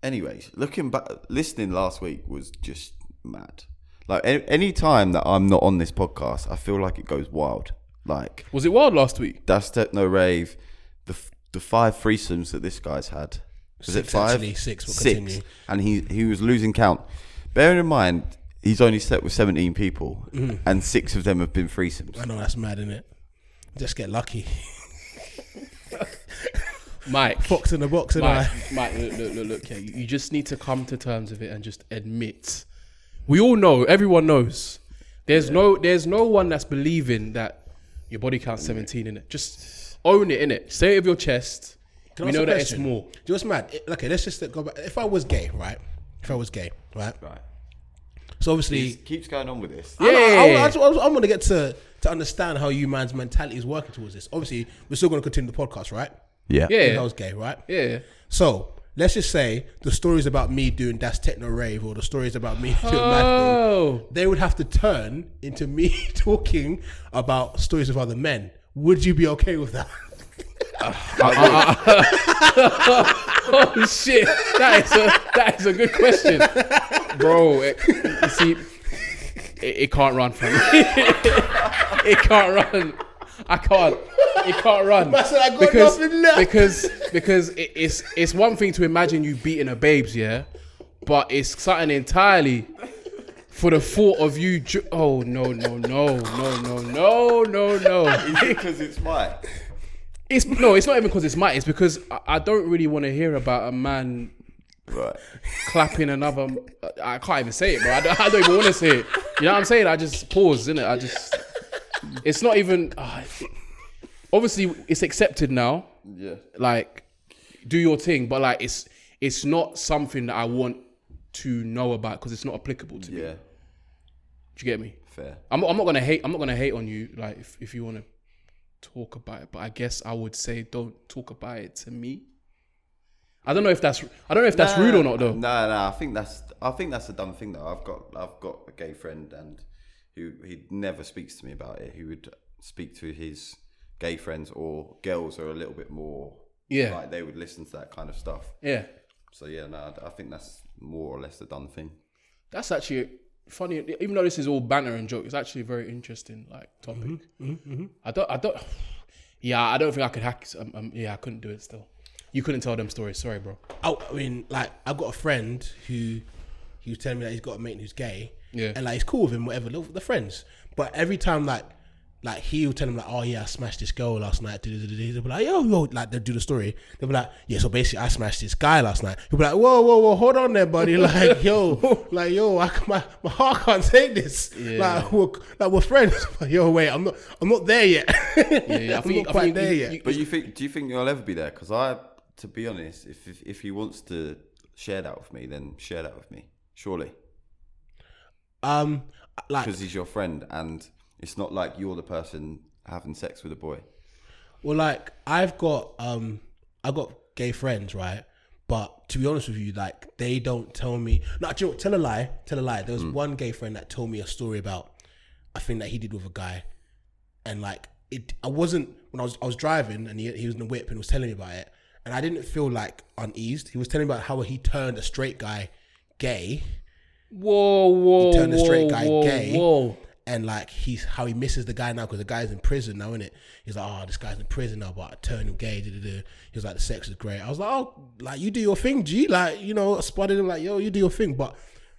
E: Anyways, looking back, listening last week was just mad. Like any, any time that I'm not on this podcast, I feel like it goes wild. Like
D: Was it wild last week?
E: that's techno rave, the f- the five threesomes that this guy's had. Was
F: Six,
E: it five?
F: actually. Six, but continue.
E: and he he was losing count. Bearing in mind, he's only set with seventeen people, and six of them have been threesomes.
F: Mm. I know that's mad, innit? Just get lucky.
D: Mike,
F: Fox in the box, and
D: Mike,
F: I.
D: Mike, look, look, look, look. Yeah, you you just need to come to terms with it and just admit. We all know. Everyone knows. There's no. There's no one that's believing that your body count's 17 in it. Just own it in it. Say it with your chest.
F: Can I
D: we
F: ask
D: know
F: a
D: that it's
F: question?
D: more.
F: Do you know what's mad? It- okay, let's just go back. If I was gay, right? If I was gay, right?
E: Right.
F: So obviously,
E: He keeps going on with this.
F: I know, I,
D: Yeah.
F: I, just- I, just- I want to get to to understand how you man's mentality is working towards this. Obviously, we're still going to continue the podcast, right?
E: Yeah.
F: If I
D: Yeah.
F: was gay, right?
D: Yeah.
F: So let's just say the stories about me doing that's techno rave, or the stories about me doing mad thing.
D: Oh.
F: They would have to turn into me talking about stories of other men. Would you be okay with that?
D: Oh shit. That is a. That is a good question, bro. It, you see, it, it can't run from me. it can't run. I can't. It can't run.
F: Man said, "I got
D: because,
F: nothing left."
D: because because it, it's it's one thing to imagine you beating a babes, yeah, but it's something entirely for the thought of you. Ju- oh no no no no no no no no.
E: because it's Mike.
D: It's no, it's not even because it's Mike. It's because I, I don't really want to hear about a man
E: Right.
D: clapping another. I can't even say it, bro. I don't, I don't even want to say it. You know what I'm saying? I just pause, innit? I just. It's not even. ah, obviously, it's accepted now.
E: Yeah.
D: Like, do your thing, but like, it's it's not something that I want to know about because it's not applicable to me.
E: Yeah.
D: Do you get me?
E: Fair.
D: I'm, I'm not gonna hate. I'm not gonna hate on you. Like, if, if you want to talk about it, but I guess I would say don't talk about it to me. I don't know if that's. I don't know if that's rude or not, though.
E: No, no, I think that's I think that's a dumb thing though. I've got I've got a gay friend and who he never speaks to me about it. He would speak to his gay friends or girls are a little bit more
D: Yeah.
E: like they would listen to that kind of stuff.
D: Yeah.
E: So yeah, no, I- I think that's more or less a done thing.
D: That's actually funny. Even though this is all banter and joke, it's actually a very interesting like topic. I don't. I don't. Yeah, I don't think I could hack. Um, um, yeah, I couldn't do it. Still, you couldn't tell them stories. Sorry, bro.
F: Oh, I, I mean, like, I've got a friend who he was telling me that he's got a mate who's gay.
D: Yeah.
F: And like, he's cool with him, whatever. They're, they're friends. But every time, like, like he would tell him like, oh yeah, I smashed this girl last night. They'll be like, yo, yo, like they'll do the story. They'll be like, yeah, so basically I smashed this guy last night. He'll be like, whoa, whoa, whoa, hold on there, buddy. Like, yo, like yo, I, c- my my heart can't take this. Like, we're, like we're friends, but yo, wait, I'm not, I'm not there yet.
D: Yeah, yeah. I
F: I'm
D: think,
F: not
D: I
F: quite
D: think
F: there
D: you-
F: yet.
D: you-
E: But you think do you think you'll ever be there? Because I, to be honest, if, if if he wants to share that with me, then share that with me. Surely,
F: um, like,
E: because he's your friend, and it's not like you're the person having sex with a boy.
F: Well, like I've got um, I've got gay friends, right? But to be honest with you, like they don't tell me. No, do you know what? tell a lie. Tell a lie. There
D: Mm.
F: was one gay friend that told me a story about a thing that he did with a guy, and like it. I wasn't when I was I was driving, and he he was in the whip and was telling me about it, and I didn't feel like uneased. He was telling me about how he turned a straight guy gay,
D: whoa, whoa,
F: You turn the
D: whoa,
F: straight guy
D: whoa,
F: gay.
D: whoa.
F: and like he's how he misses the guy now because the guy's in prison now, innit? He's like, oh, this guy's in prison now, but I turned him gay. Da-da-da. He was like, the sex is great. I was like, oh, like you do your thing, G. Like you know, I spotted him like, yo, you do your thing, but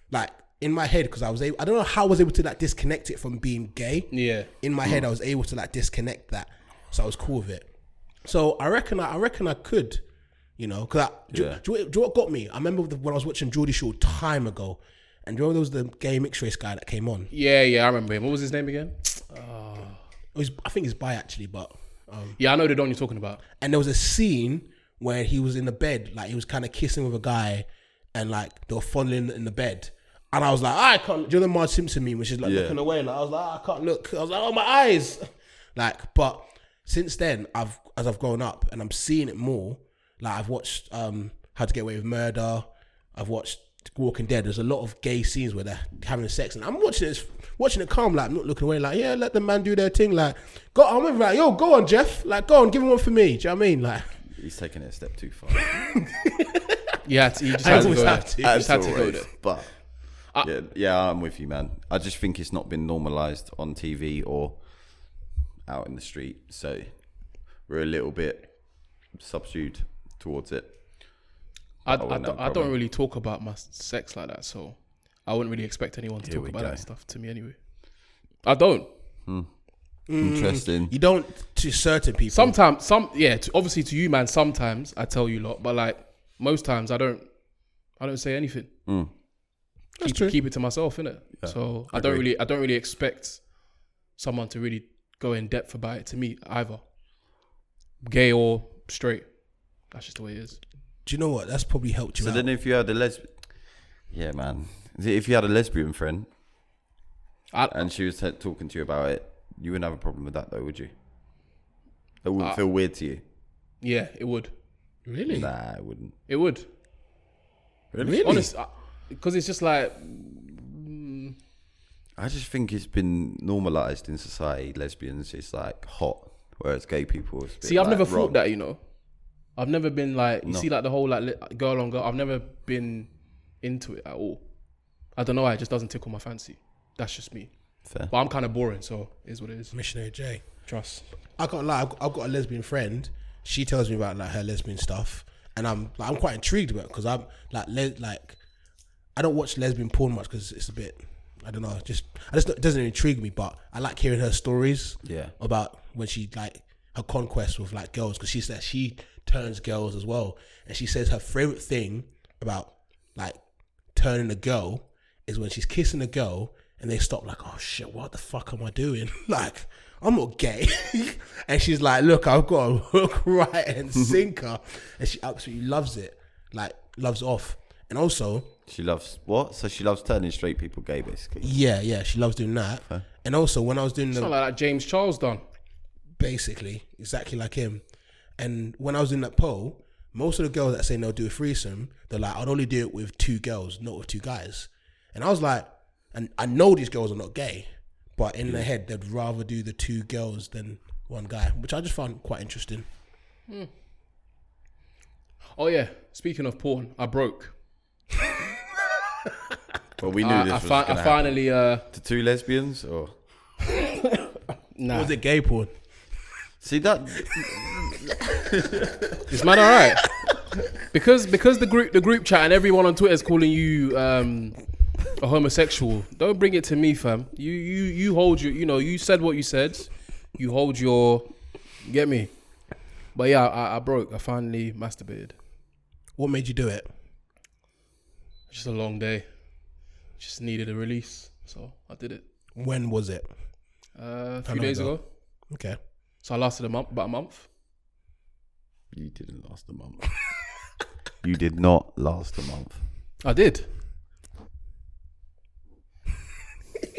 F: like in my head because I was able. I don't know how I was able to like disconnect it from being gay.
D: Yeah.
F: In my head, I was able to like disconnect that, so I was cool with it. So I reckon I, I reckon I could, you know, because do, you- do, you- do you know what got me? I remember the, when I was watching Geordie Shore time ago, and do you remember there was the gay mixed race guy that came on.
D: Yeah, yeah, I remember him. What was his name again?
F: It was, I think he's bi actually, but um,
D: Yeah, I know the don you're talking about.
F: and there was a scene where he was in the bed, like he was kind of kissing with a guy, and like they were fondling in the bed. And I was like, "Ah, I can't. Do you know the Marge Simpson meme, which is like
B: Yeah.
F: looking away? Like I was like, "Ah, I can't look. I was like, oh my eyes. Like, but since then, I've as I've grown up and I'm seeing it more. Like I've watched um How to Get Away with Murder. I've watched Walking Dead. There's a lot of gay scenes where they're having sex, and I'm watching it, watching it calm, like I'm not looking away. Like, yeah, let the man do their thing. Like, go. I'm with like, yo, go on, Jeff. Like, go on, give him one for me. Do you know what I mean? Like,
E: He's taking it a step too far.
D: Yeah, he just had to go
F: always
D: there.
F: have to.
D: He just had to go
E: Always,
D: there.
E: But yeah, yeah, I'm with you, man. I just think it's not been normalized on TV or out in the street, so we're a little bit subdued towards it.
D: I, I,
E: wouldn't have a
D: don't, I don't
E: problem.
D: really talk about my s- sex like that, so I wouldn't really expect anyone to talk
E: we
D: about
E: go.
D: that stuff to me anyway. I don't. Mm.
E: Interesting.
F: you don't to certain people.
D: Sometimes, some yeah. To, obviously, to you, man. Sometimes I tell you lot, but like most times, I don't. I don't say anything. keep,
F: true.
D: keep it to myself, innit? so I don't really, I don't really expect someone to really go in depth about it to me either, gay or straight. That's just the way it is.
F: do you know what? That's probably helped you
E: So
F: out.
E: then, if you had a lesbian, yeah, man, if you had a lesbian friend
D: I-
E: and she was t- talking to you about it, you wouldn't have a problem with that, though, would you? It wouldn't
D: Uh,
E: feel weird to you.
D: Yeah, it would.
F: really,
E: Nah, it wouldn't.
D: It would.
F: really,
D: Honest, because it's just like
E: I just think it's been normalized in society. Lesbians is like hot, whereas gay people. is a bit,
D: See, I've
E: like,
D: never thought
E: wrong.
D: that, you know. I've never been like you see like the whole like li- girl on girl. I've never been into it at all. I don't know. why, It just doesn't tickle my fancy. That's just me.
E: Fair.
D: But I'm kind of boring, so it is what it is.
F: missionary J.
D: Trust.
F: I can't lie. I've got, I've got a lesbian friend. She tells me about like her lesbian stuff, and I'm like, I'm quite intrigued about because I'm like le- like I don't watch lesbian porn much because it's a bit I don't know. Just I just it doesn't intrigue me, but I like hearing her stories.
E: Yeah.
F: about when she like her conquest with like girls because she says she turns girls as well, and she says her favorite thing about like turning a girl is when she's kissing a girl and they stop like, oh shit, what the fuck am I doing? like, I'm not gay. and she's like, look, I've got to hook, right, and sinker. and she absolutely loves it. Like, loves off. And also,
E: She loves what? So she loves turning straight people gay, basically.
F: yeah, yeah, she loves doing that. And also, when I was doing the
D: Not like that James Charles done.
F: basically exactly like him. And when I was in that poll, most of the girls that say they'll do a threesome, they're like, I'd only do it with two girls, not with two guys. And I was like, and I know these girls are not gay, but in their head, they'd rather do the two girls than one guy, which I just found quite interesting.
D: Oh yeah. Speaking of porn, I broke.
E: But we knew
D: I,
E: this
D: I,
E: was
D: fi-
E: gonna
D: I
E: happen.
D: finally uh
E: To two lesbians, or
D: nah.
F: Was it gay porn?
E: see that?
D: Is man all right? because because the group the group chat and everyone on Twitter is calling you um, a homosexual. Don't bring it to me, fam. You you you hold your you know you said what you said. You hold your get me. But yeah, I, I broke. I finally masturbated.
F: What made you do it?
D: It's Just a long day. Just needed a release, so I did it
F: When was it?
D: uh, a
F: How
D: few
F: long
D: days
F: ago?
D: ago.
F: Okay.
D: So I lasted a month, about a month.
E: You didn't last a month. you did not last a month.
D: I did.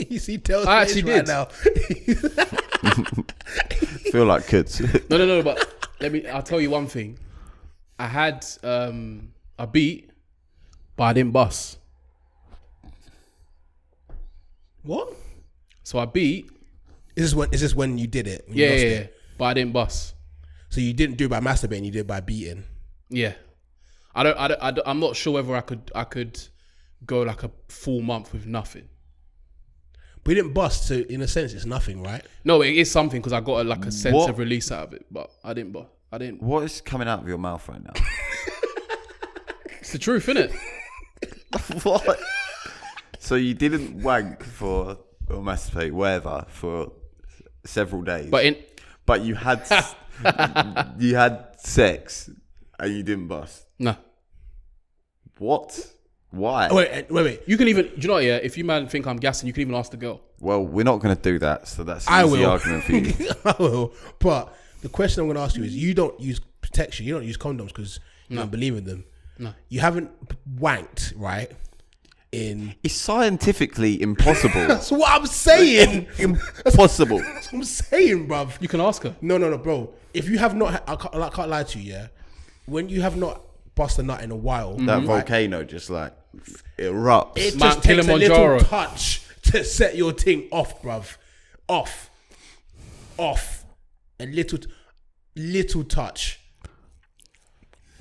F: you see, tells
D: I
F: me
D: actually
F: right
D: did.
F: now.
B: Feel like kids.
D: No, no, no. But let me. I'll tell you one thing. I had um, a beat, but I didn't bust.
F: What?
D: So I beat.
F: Is this when? Is this when you did it? When you
D: Yeah,
F: lost
D: yeah,
F: it?
D: yeah. But I didn't bust.
F: So you didn't do it by masturbating. You did it by beating.
D: Yeah. I don't. I don't. I don't I'm not sure whether I could. I could go like a full month with nothing.
F: But you didn't bust. So in a sense, it's nothing, right?
D: No, it is something because I got a, like a sense
E: What?
D: of release out of it. But I didn't. But I didn't.
E: What is coming out of your mouth right now?
D: It's the truth, isn't it?
E: what?
B: So you didn't wank for or masturbate, whatever, for several days.
D: But in
B: but you had s- you had sex and you didn't bust.
D: no,
B: What? Why?
F: Wait, eh, wait, wait.
D: you can even. Do you know? What, yeah, if you man think I'm gassing, you can even ask the girl.
E: Well, we're not going to do that, so that's an
F: I
E: easy
F: will.
E: argument for you.
F: I will. Oh, But the question I'm going to ask you is: You don't use protection. You don't use condoms because you don't believe in them. No. You haven't wanked, right? In
E: it's scientifically impossible.
F: that's what I'm saying. that's what
E: impossible.
F: I'm saying, bruv.
D: You can ask her.
F: No, no, no, bro. If you have not, I can't, I can't lie to you. Yeah, when you have not bust a nut in a while,
E: that
D: Mm.
E: volcano just like erupts.
F: it
D: Mount
F: just takes a
D: Kilimanjaro.
F: little touch to set your thing off, bruv. Off, off, a little, t- little touch.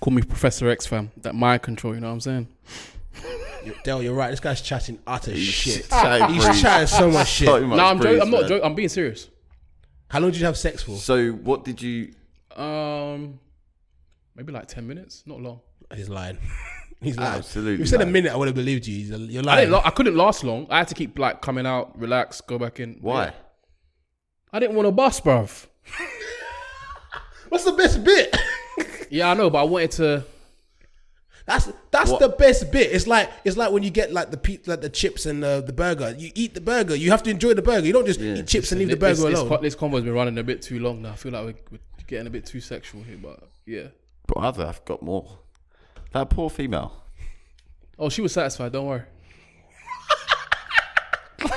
D: Call me Professor X, fam. That mind control. You know what I'm saying?
F: Del, you're right. This guy's chatting utter shit.
E: so
F: He's chatting so much shit.
E: So much
D: No, I'm joking.
E: breeze,
D: I'm not
E: man.
D: joking. I'm being serious.
F: How long did you have sex for?
E: So, what did you?
D: Um, maybe like ten minutes. Not long.
F: He's lying. He's lying.
E: Absolutely
F: If you said a
E: lying.
F: minute, I would have believed you. He's a- You're
D: I
F: lying.
D: didn't. la- I couldn't last long. I had to keep like coming out, relax, go back in.
E: Why?
D: Yeah. I didn't want to bust, bruv.
F: What's the best bit?
D: Yeah, I know, but I wanted to.
F: That's that's the best bit. It's like it's like when you get like the pe- like the chips and the, the burger. You eat the burger. You have to enjoy the burger. You don't just eat chips and leave the
D: this,
F: burger
D: this,
F: alone.
D: co- this convo's been running a bit too long now. I feel like we're, we're getting a bit too sexual here, but yeah.
E: Brother, I've got more. That poor female.
D: Oh, she was satisfied. Don't worry.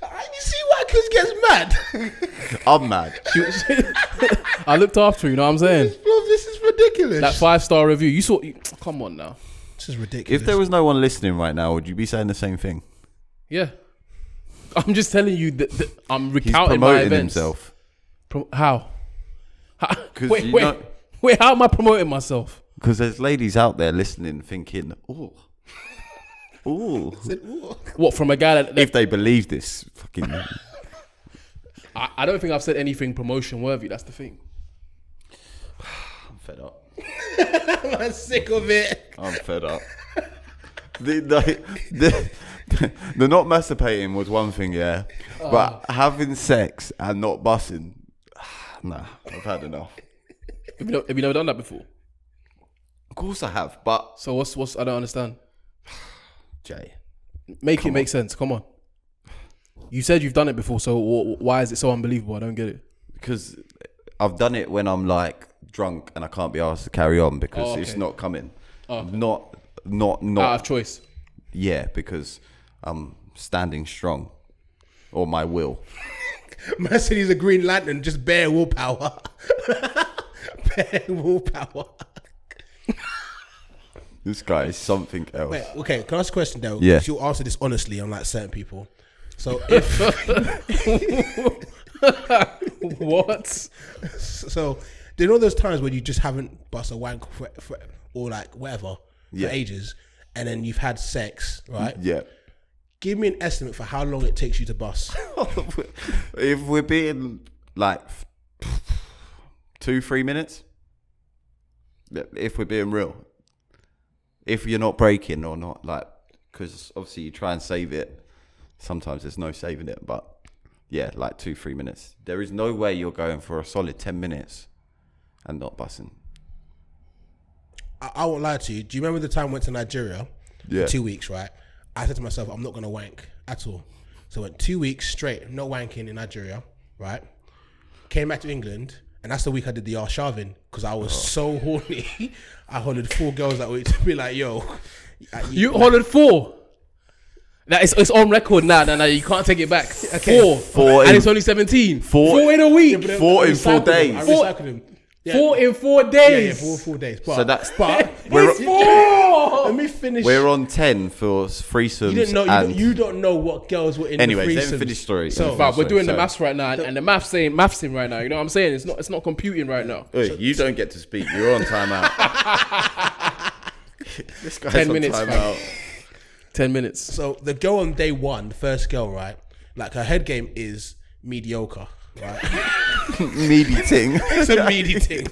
F: Ah, you see why Chris gets mad?
E: I'm mad.
D: She was- I looked after her, you know what I'm saying?
F: Bro, this is ridiculous.
D: That five star review. You saw. you- Come on now.
F: this is ridiculous.
E: If there was no one listening right now, would you be saying the same thing?
D: Yeah. I'm just telling you that, that I'm
E: He's
D: recounting my
E: promoting
D: events.
E: himself.
D: Pro- how? How-
E: 'Cause
D: wait,
E: you
D: wait,
E: know-
D: wait. How am I promoting myself?
E: Because there's ladies out there listening, thinking, "Oh, oh."
D: What from a guy that, that
E: If they believe this, fucking.
D: I, I don't think I've said anything promotion worthy. That's the thing.
E: I'm fed up.
F: I'm sick of it.
E: I'm fed up. the, the, the, the not masturbating was one thing, yeah,
D: Oh.
E: but having sex and not bussing, nah, I've had enough.
D: Have you, no- have you never done that before?
E: Of course I have, but
D: So what's what's I don't understand.
E: Jay,
D: Make it make sense. Come on. You said you've done it before, so wh- wh- why is it so unbelievable? I don't get it.
E: because I've done it when I'm like drunk and I can't be asked to carry on because
D: Oh, okay.
E: it's
D: Oh, Ah,
E: not coming. Not, not, not.
D: Out of choice.
E: yeah, because I'm standing strong, or my will.
F: Man said he's a Green Lantern, just bare willpower. bare willpower.
E: This guy is something else.
F: Wait, okay, can I ask a question, though?
E: Yeah.
F: You'll answer this honestly, unlike certain people. So if
D: what?
F: so, do you know those times when you just haven't bust a wank for, for, or like whatever for ages, and then you've had sex, right?
E: Yeah.
F: Give me an estimate for how long it takes you to bust.
E: if we're being like two, three minutes, if we're being real, if you're not breaking or not, like, because obviously you try and save it. Sometimes there's no saving it, but yeah, like two, three minutes. There is no way you're going for a solid 10 minutes and not bussing.
F: I, I won't lie to you. Do you remember the time I went to Nigeria?
E: Yeah.
F: For two weeks, right? I said to myself, I'm not gonna wank at all. So I went two weeks straight, no wanking in Nigeria, right? Came back to England, and that's the week I did the R shaving because I was
E: Oh.
F: so horny. I hollered four girls that week to be like, yo.
D: You hollered four. That is, it's on record now. No, no, you can't take it back.
F: Okay.
D: Four.
E: Four
D: And
E: in-
D: it's only 17.
E: four-
D: Four in a week.
E: Four in four days.
F: I
D: Four-
F: recycled them. Yeah,
D: Four in four
F: yeah, yeah,
D: days.
F: four, four days. But,
E: So that's-
F: but
E: We're-
F: it's four. Let me finish.
E: We're on 10 for threesomes.
F: you didn't know. You
E: and
F: don't, you don't know what girls were in.
E: Anyways,
F: the
E: let me
F: threesomes.
E: finish story.
F: So,
E: Let me
D: Bruv,
E: finish
D: we're doing
E: story.
D: the maths right now, and, and the maths saying maths in right now. You know what I'm saying? It's not it's not computing right now.
E: Oi, you don't get to speak. You're on timeout. this guy's
D: 10
E: on
D: minutes, fam.
E: timeout.
D: Ten minutes.
F: So the girl on day one, the first girl, right? Like her head game is mediocre, right?
E: Needy ting.
F: it's a meaty thing.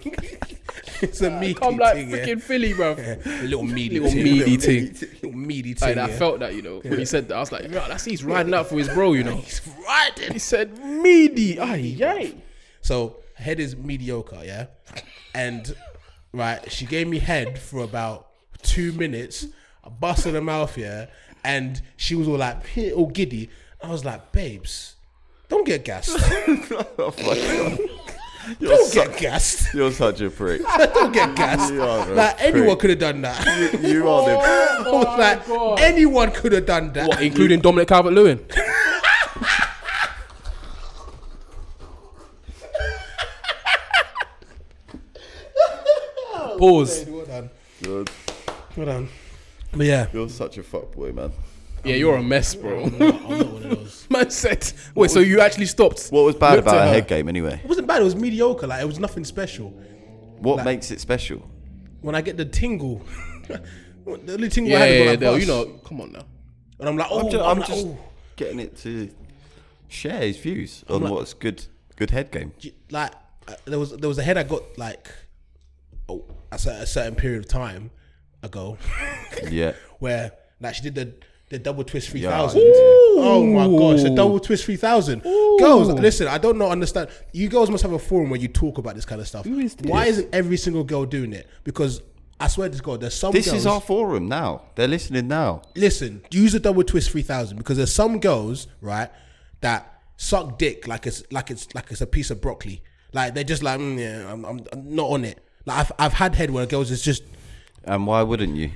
F: it's a meaty
D: I'm like
F: thing.
D: freaking
F: yeah.
D: Philly, bro.
F: Yeah, little meaty,
D: Little
F: ting.
D: meaty ting.
F: little meaty ting.
D: Like, I
F: yeah.
D: felt that, you know, when he said that, I was like, "Yo, that's he's riding up for his bro, you know.
F: He's riding.
D: He said, meaty, aye, yay.
F: So head is mediocre, yeah. And right, she gave me head for about two minutes. I busted her mouth, yeah, and she was all like "Heh," all giddy. I was like, babes, don't get gassed. don't get gassed.
H: You're such a prick.
F: don't get gassed. Like anyone could have done that.
H: You are the.
F: I was like, anyone could have done that.
D: Oh What, including Dominic Calvert Lewin? Pause.
F: Well done. Well done. But yeah,
H: You're such a fuckboy, man.
D: Yeah, you're a mess, bro.
F: I'm not one of those.
D: Man said, wait, so you actually stopped?
E: What was bad
D: Looked
E: about
D: at
E: her
D: her.
E: head game anyway?
F: It wasn't bad. It was mediocre. Like it was nothing special.
E: What makes it special?
F: when I get the tingle, the only tingle I
D: Yeah,
F: had is
D: yeah,
F: when I
D: yeah, Dale,
F: bust.
D: you know, come on now.
F: and I'm like, oh, I'm,
E: ju- I'm
F: like,
E: just-
F: oh.
E: Getting it to share his views on
F: like-
E: what's good, good head game.
F: Do you- like uh, there was there was a head I got like, oh, at a a certain period of time ago,
E: Yeah,
F: where like she did the the double twist three thousand. Oh my gosh, the double twist three thousand. Girls, listen, I don't know understand. You girls must have a forum where you talk about this kind of stuff. Why isn't every single girl doing it? Because I swear to God, there's some.
E: this
F: girls,
E: is our forum now. They're listening now.
F: listen, use the double twist three thousand because there's some girls, right, that suck dick like it's like it's like it's a piece of broccoli. Like they're just like, mm, yeah, I'm, I'm I'm not on it. Like I've I've had head where girls is just,
E: And why wouldn't you?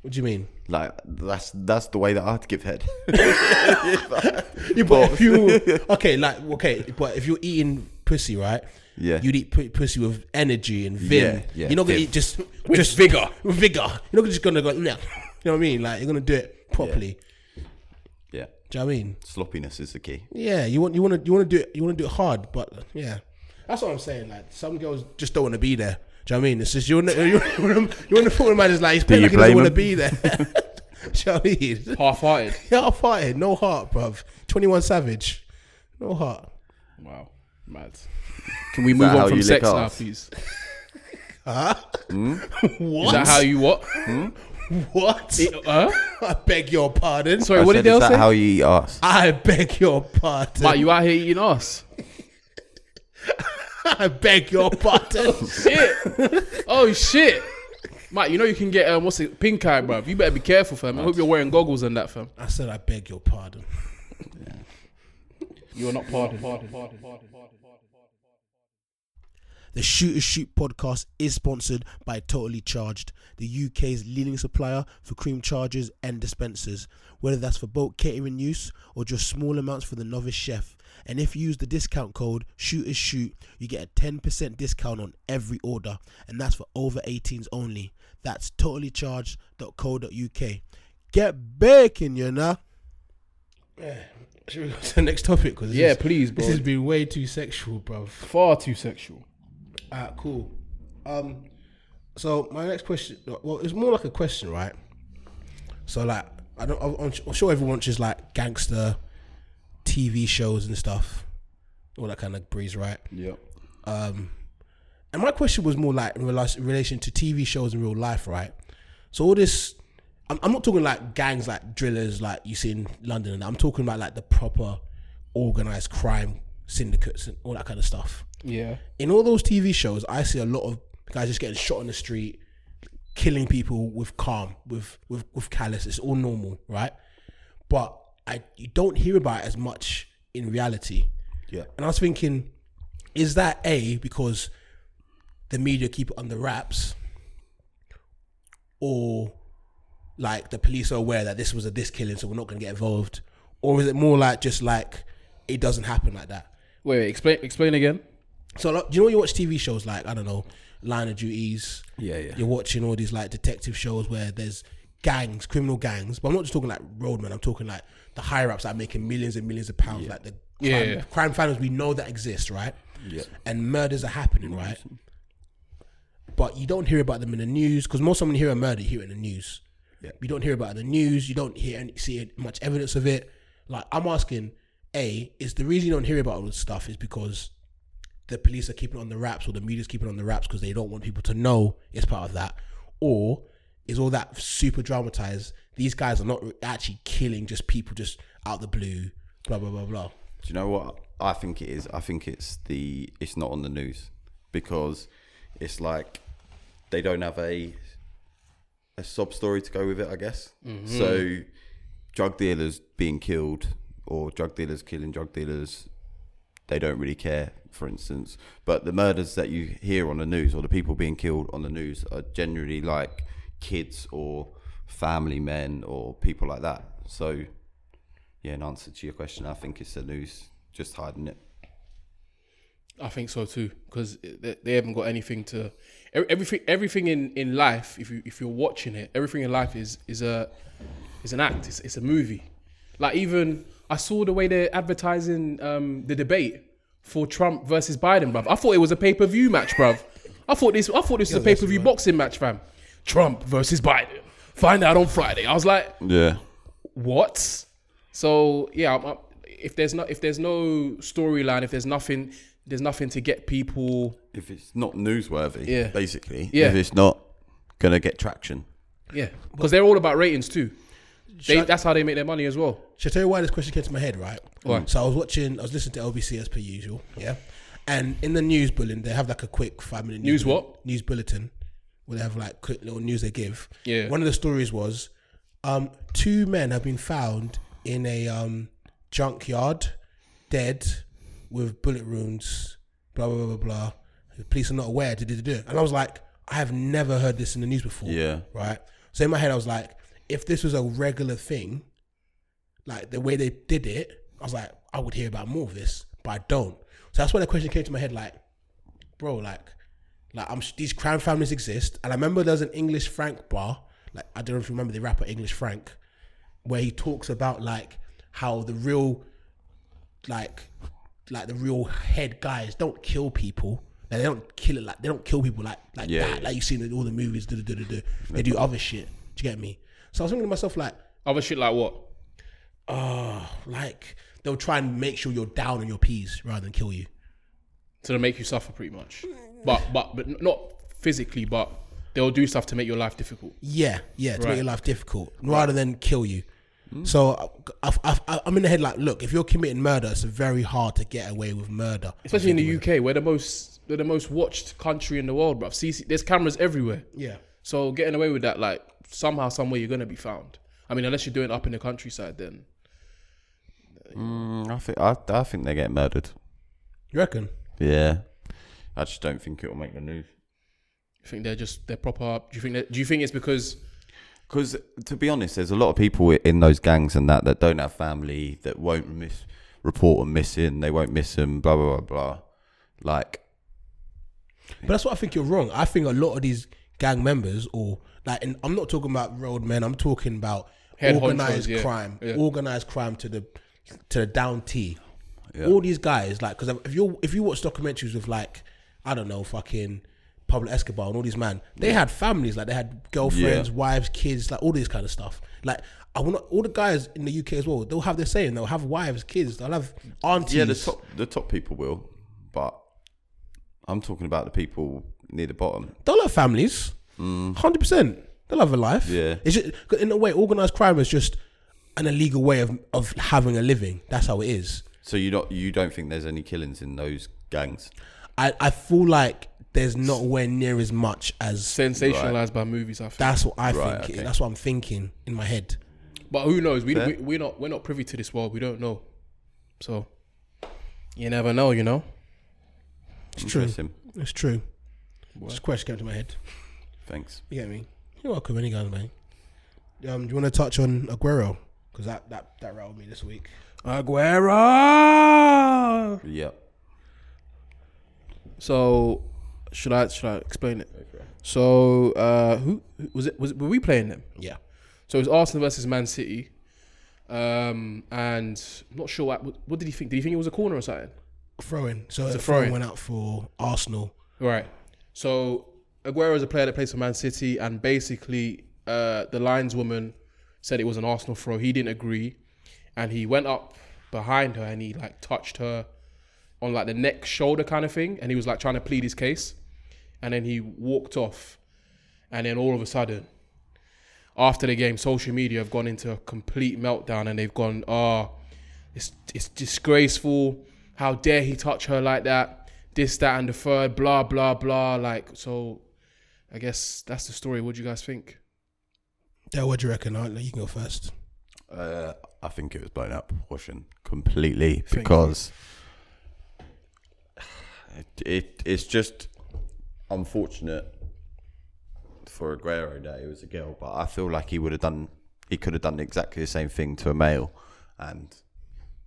F: what do you mean?
E: Like that's that's the way that I'd give head.
F: Yeah, but if you okay, like okay, but if you're eating pussy, right?
E: Yeah.
F: you'd eat p- pussy with energy and vim.
E: Yeah, yeah,
F: you're not gonna
E: vim.
F: eat just just vigor, with vigor. You're not just gonna go, yeah. You know what I mean? Like you're gonna do it properly.
E: yeah,
F: Do you know what I mean?
E: sloppiness is the key.
F: Yeah, you want you want to you want to do it you want to do it hard, but yeah, that's what I'm saying. Like some girls just don't want to be there. Do you know what I mean? It's just you're you're you're, you're in the point man is like he's playing
H: you
F: like he doesn't
H: blame
F: want to
H: him?
F: be there. Do you know what I mean?
D: Half-hearted.
F: Yeah, fighting, no heart, bruv. Twenty one savage, no heart.
D: Wow, mad. Can we move
E: how
D: on
E: you
D: from
E: lick
D: sex now,
E: ass? Hmm?
D: please?
F: What?
D: Is that how you what?
F: what?
D: Huh?
F: I beg your pardon.
D: Sorry, what
E: I
D: did
E: said,
D: Dale
E: is that
D: say?
E: how you eat ass?
F: I beg your pardon.
D: Mate, you out here eating ass.
F: I beg your pardon.
D: shit. Oh shit. Mate, you know you can get um, what's it, pink eye, bruv. You better be careful, fam. I hope you're wearing goggles and that, fam.
F: I said I beg your pardon.
D: You're not pardoned.
F: The Shooters Shoot podcast is sponsored by Totally Charged, the UK's leading supplier for cream chargers and dispensers, whether that's for bulk catering use or just small amounts for the novice chef. And if you use the discount code Shooters Shoot, you get a 10% discount on every order, and that's for over 18s only. That's totallycharged.co.uk. Get baking, you know. Eh, Should we go to the next topic? Cause
D: Yeah, please, bro.
F: been way too sexual, bruv.
D: Far too sexual.
F: Ah, cool. Um, so my next question, well, it's more like a question, right? So like, I don't, I'm- I'm, I'm sure everyone watches like gangster TV shows and stuff, all that kind of breeze, right? Yeah. Um, and my question was more like in rela- in relation to TV shows in real life, right? So all this, I'm, I'm not talking like gangs, like drillers, like you see in London, and that. I'm talking about like the proper organized crime syndicates and all that kind of stuff
D: Yeah.
F: in all those TV shows, I see a lot of guys just getting shot on the street, killing people with calm, with with with callous. It's all normal, right? But I you don't hear about it as much in reality. Yeah. And I was thinking, is that a because the media keep it under wraps, or like the police are aware that this was a this killing, so we're not going to get involved, or is it more like just like it doesn't happen like that?
D: Wait, wait, explain explain again.
F: So like, do you know when you watch TV shows like I don't know Line of Duties?
E: Yeah, yeah.
F: You're watching all these like detective shows where there's gangs, criminal gangs, but I'm not just talking like roadmen. I'm talking like the higher ups that are making millions and millions of pounds, like the crime,
D: Yeah, yeah.
F: crime families we know that exist, right? Yeah. And murders are happening, right? But you don't hear about them in the news because most time when you hear a murder, you hear it in the news. Yeah. You don't hear about it in the news. You don't hear any, see much evidence of it. Like I'm asking, a is the reason you don't hear about all this stuff is because the police are keeping it on the wraps or the media's keeping it on the wraps because they don't want people to know it's part of that, or is all that super dramatized? These guys are not re- actually killing just people just out the blue, blah blah blah blah.
E: Do you know what I think it is? I think it's the it's not on the news because it's like they don't have a a sub story to go with it, I guess. So drug dealers being killed or drug dealers killing drug dealers, they don't really care, for instance. But the murders that you hear on the news or the people being killed on the news are generally like kids or family men or people like that. So yeah, in answer to your question, I think it's the news just hiding it.
D: I think so too, because they, they haven't got anything to ev- everything. Everything in, in life, if you if you're watching it, everything in life is is a is an act. It's, it's a movie. Like even I saw the way they're advertising um, the debate for Trump versus Biden, bruv. I thought it was a pay per view match, bruv. I thought this I thought this was a pay per view boxing match, fam. Trump versus Biden. Find out on Friday. I was like,
H: Yeah.
D: what? So yeah, I'm, I'm- if there's not if there's no storyline, if there's nothing, there's nothing to get people.
E: If it's not newsworthy,
D: Yeah.
E: basically,
D: Yeah.
E: if it's not gonna get traction,
D: Yeah, because they're all about ratings too. They, that's how they make their money as well.
F: Should I tell you why this question came to my head, right? So I was watching, I was listening to LBC as per usual, yeah. And in the news bulletin, they have like a quick five minute
D: News
F: bullet-
D: what?
F: News bulletin, where they have like quick little news they give.
D: Yeah.
F: One of the stories was, um, two men have been found in a um junkyard, dead, with bullet wounds. Blah blah blah blah. blah. The police are not aware. Did it do? And I was like, I have never heard this in the news before.
E: Yeah.
F: Right. So in my head, I was like, if this was a regular thing, like the way they did it, I was like, I would hear about more of this, but I don't. So that's why the question came to my head, like, bro, like, like I'm these crime families exist, and I remember there's an English Frank bar, like I don't know if you remember the rapper English Frank, where he talks about like how the real, like, like the real head guys don't kill people. Like, they don't kill it like they don't kill people like like
E: Yeah,
F: that.
E: yeah.
F: Like you seen in all the movies, duh, duh, duh, duh, duh. they do other shit. Do you get me? So I was thinking to myself like,
D: Other shit like what?
F: oh, like they'll try and make sure you're down on your P's rather than kill you.
D: So they make you suffer pretty much, but but but not physically, but they'll do stuff to make your life difficult.
F: Yeah, yeah, to
D: Right.
F: make your life difficult rather than kill you.
E: Mm.
F: So I, I, I, I'm in the head like, look, if you're committing murder, it's very hard to get away with murder.
D: Especially in the UK, we're the most we're the most watched country in the world, bruv. See, see, there's cameras everywhere.
F: Yeah.
D: So getting away with that, like somehow, some way, you're gonna be found. I mean, unless you're doing it up in the countryside, then
E: I think I, I think they get murdered.
F: You reckon?
E: Yeah, I just don't think it will make the news.
D: you think they're just they're proper. Do you think that? Do you think it's because
E: Because to be honest, there's a lot of people in those gangs and that that don't have family that won't miss report them missing. They won't miss them. Blah blah blah blah. Like
F: But that's what I think you're wrong. I think a lot of these gang members, or like, and I'm not talking about road men. I'm talking about
D: Head honchos,
F: organized
D: yeah.
F: crime,
D: Yeah.
F: organized crime to the to the down T. All these guys, like, because if you if you watch documentaries with like, I don't know, fucking Pablo Escobar and all these man, they had families, like they had girlfriends, wives, kids, like all this kind of stuff. Like, I will not. All the guys in the UK as well, they'll have the same. They'll have wives, kids. They'll have aunties.
E: yeah, the top the top people will, but I'm talking about the people near the bottom.
F: they'll have families. Hundred percent, they'll have a life.
E: Mm. Yeah.
F: it's just 'cause in a way, organized crime is just an illegal way of of having a living. That's how it is.
E: So you not you don't think there's any killings in those gangs?
F: I I feel like there's nowhere near as much as
D: sensationalized by movies? I think.
F: that's what I
E: Right,
F: think.
E: okay.
F: That's what I'm thinking in my head.
D: But who knows? We, we we're not we're not privy to this world. We don't know. So you never know, you know.
F: It's true.
E: Interesting.
F: It's true. This question came to my head.
E: Thanks.
F: You get me? You're welcome, any guys, man. Um, do you want to touch on Aguero? Because that that that rattled me this week.
D: Aguero.
E: Yeah.
D: So should I should I explain it? So uh, who who- was it? Was it, were we playing them?
F: Yeah.
D: So it was Arsenal versus Man City, um, and I'm not sure what what did he think? Did he think it was a corner or something?
F: Throw in. So the
D: a
F: throw
D: throw-in.
F: in went out for Arsenal.
D: Right. So Aguero is a player that plays for Man City, and basically uh, the lineswoman said it was an Arsenal throw. He didn't agree, and he went up behind her and he like touched her on like the neck shoulder kind of thing, and he was like trying to plead his case, and then he walked off, and then all of a sudden, after the game, social media have gone into a complete meltdown, and they've gone, ah, it's it's disgraceful. How dare he touch her like that? This, that, and the third, blah, blah, blah. Like so, I guess that's the story. What do you guys think?
F: Dale, what do you reckon? Alright, You can go first.
E: Uh, I think it was blown out of proportion completely because it, it it's just unfortunate for Aguero that it was a girl, but I feel like he would have done he could have done exactly the same thing to a male, and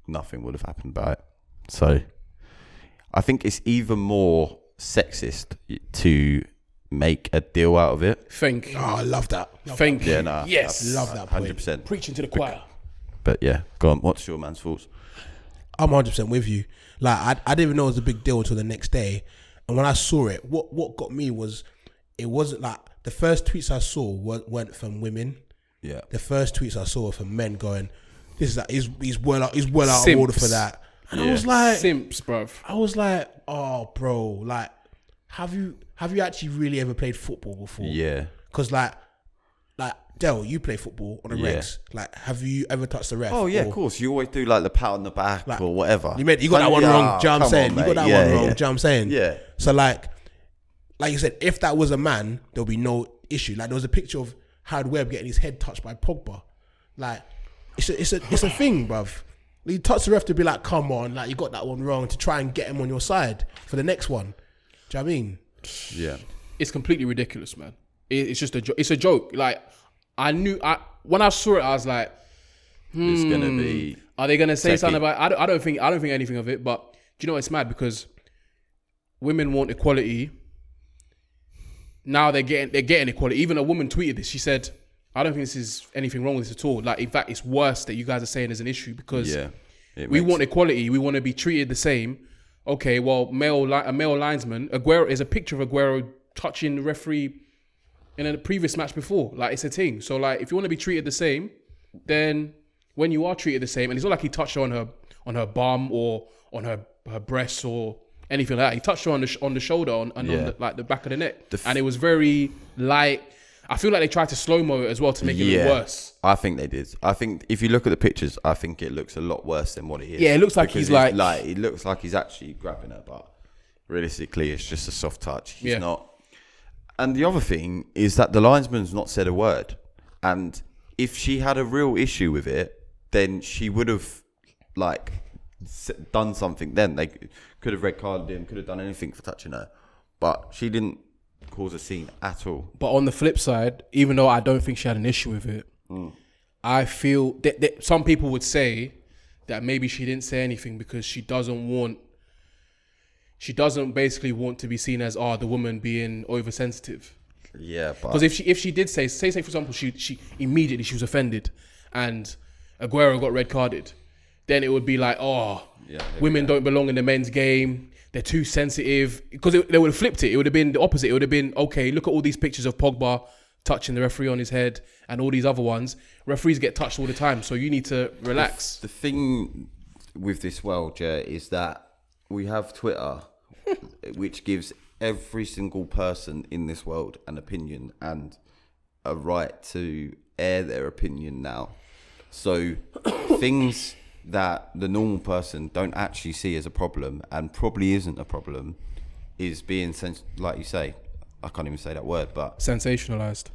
E: nothing would have happened about it. So I think it's even more sexist to make a deal out of it.
D: Think,
F: Oh, I love that. Love
D: think.
E: Yeah, nah,
D: yes,
F: that. Love that
E: hundred
F: point.
E: percent.
D: preaching to the choir.
E: But yeah, go on. What's your man's thoughts?
F: I'm 100% with you. Like, I, I didn't even know it was a big deal until the next day. And when I saw it, what, what got me was it wasn't like the first tweets I saw weren't, weren't from women.
E: Yeah.
F: The first tweets I saw were from men going, this is like, he's, he's well out, he's well out
D: Simps.
F: of order for that. And I was like,
D: Simps, bruv.
F: I was like, oh, bro, like, have you have you actually really ever played football before?
E: Yeah.
F: Because like, like Dell, you play football on the
E: Yeah.
F: regs. Like, have you ever touched the ref?
E: Oh yeah, of
F: Or-
E: course. You always do like the pat on the back
F: Like,
E: or whatever.
F: You meant you got that one
E: Yeah,
F: wrong. Do you know what I'm
E: come
F: saying?
E: on,
F: you got
E: mate.
F: that
E: Yeah,
F: one wrong. Do
E: yeah.
F: you know what I'm saying?
E: Yeah.
F: So like, like you said, if that was a man, there'll be no issue. Like there was a picture of Howard Webb getting his head touched by Pogba. Like it's a it's a it's a thing, bruv. You touch the ref to be like, come on, like you got that one wrong to try and get him on your side for the next one. Do you know what I mean?
E: Yeah.
D: It's completely ridiculous, man. It, it's just a jo- it's a joke. Like I knew I when I saw it, I was like,
E: It's gonna be
D: Are they gonna say
E: Techie.
D: something about? I don't, I don't think I don't think anything of it. But do you know it's mad because women want equality. Now they're getting they're getting equality. Even a woman tweeted this. She said, "I don't think this is anything wrong with this at all. Like in fact, it's worse that you guys are saying there's an issue because
E: yeah. It
D: we
E: makes-
D: want equality. We want to be treated the same. Okay, well, male li- a male linesman, Aguero is a picture of Aguero touching the referee in a previous match before. Like it's a thing. So like, if you want to be treated the same, then when you are treated the same, and it's not like he touched her on her on her bum or on her her breasts or anything like that. He touched her on the sh- on the shoulder on, and on
E: Yeah.
D: the, like the back of the neck,
E: The f-
D: and it was very light. I feel like they tried to slow mo it as well to make it
E: Yeah.
D: look worse.
E: I think they did. I think if you look at the pictures, I think it looks a lot worse than what it is.
D: Yeah, it looks like
E: Because
D: he's
E: it's
D: like-
E: like it looks like he's actually grabbing her, but realistically, it's just a soft touch. He's
D: Yeah.
E: not. And the other thing is that the linesman's not said a word, and if she had a real issue with it, then she would have like s- done something. Then they could have red carded him, could have done anything for touching her, but she didn't cause a scene at all.
D: But on the flip side, even though I don't think she had an issue with it, I feel that, that some people would say that maybe she didn't say anything because she doesn't want. She doesn't basically want to be seen as ah the woman being oversensitive.
E: Yeah, but
D: Because if she if she did say say say for example she she immediately she was offended, and Aguero got red carded, then it would be like oh women don't belong in the men's game. They're too sensitive because they would have flipped it. It would have been the opposite. It would have been okay. Look at all these pictures of Pogba touching the referee on his head and all these other ones. Referees get touched all the time, so you need to relax.
E: The thing with this world, yeah, is that we have Twitter, which gives every single person in this world an opinion and a right to air their opinion now. So things that the normal person don't actually see as a problem and probably isn't a problem is being sens- like you say, I can't even say that word, but
D: Sensationalized.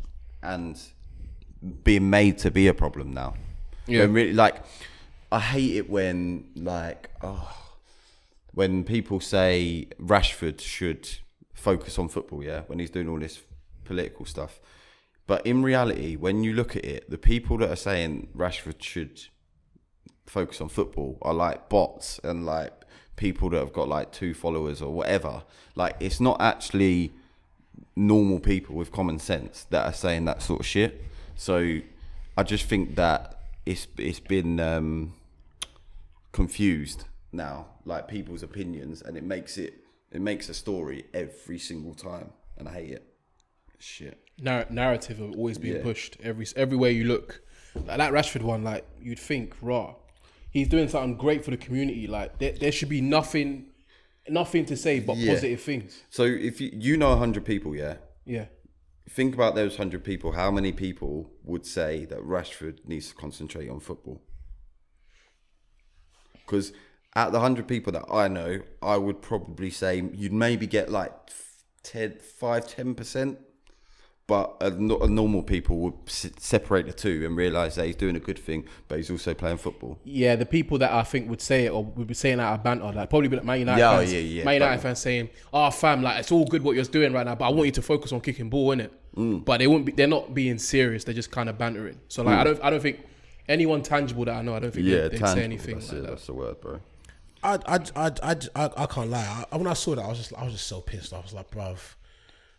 E: and being made to be a problem now.
D: Yeah.
E: Yeah. really, like, I hate it when, like, oh, when people say Rashford should focus on football, yeah, when he's doing all this political stuff. But in reality, when you look at it, the people that are saying Rashford should focus on football are like bots and like people that have got like two followers or whatever. Like, it's not actually normal people with common sense that are saying that sort of shit. So I just think that it's it's been um, confused now, like people's opinions, and it makes it it makes a story every single time, and I hate it. Shit.
D: narr- narrative of always being
E: Yeah.
D: pushed every everywhere you look. Like that Rashford one, like you'd think, raw, he's doing something great for the community. Like there, there should be nothing nothing to say but
E: Yeah.
D: positive things.
E: So if you, you know 100 people, yeah?
D: Yeah.
E: Think about those 100 people. How many people would say that Rashford needs to concentrate on football? Because out of the 100 people that I know, I would probably say you'd maybe get like 10, 5, 10%. But a, no- a normal people would se- separate the two and realise that he's doing a good thing, but he's also playing football.
D: Yeah, the people that I think would say it or would be saying that are banter, like probably be like Man United
E: Yeah, oh,
D: fans,
E: yeah, yeah,
D: Man United
E: but-
D: fans saying, "Oh, fam, like it's all good what you're doing right now, but I want you to focus on kicking ball, innit?"
E: Mm.
D: it." But they wouldn't be, they're not being serious. They're just kind of bantering. So like, I don't, I don't think anyone tangible that I know, I don't think
E: Yeah,
D: they'd, they'd
E: tangible,
D: say anything
E: That's,
D: like
E: it,
D: that.
E: that's the word, bro.
F: I, I, I, I, I, I can't lie. I, when I saw that, I was just, I was just so pissed. I was like, bruv,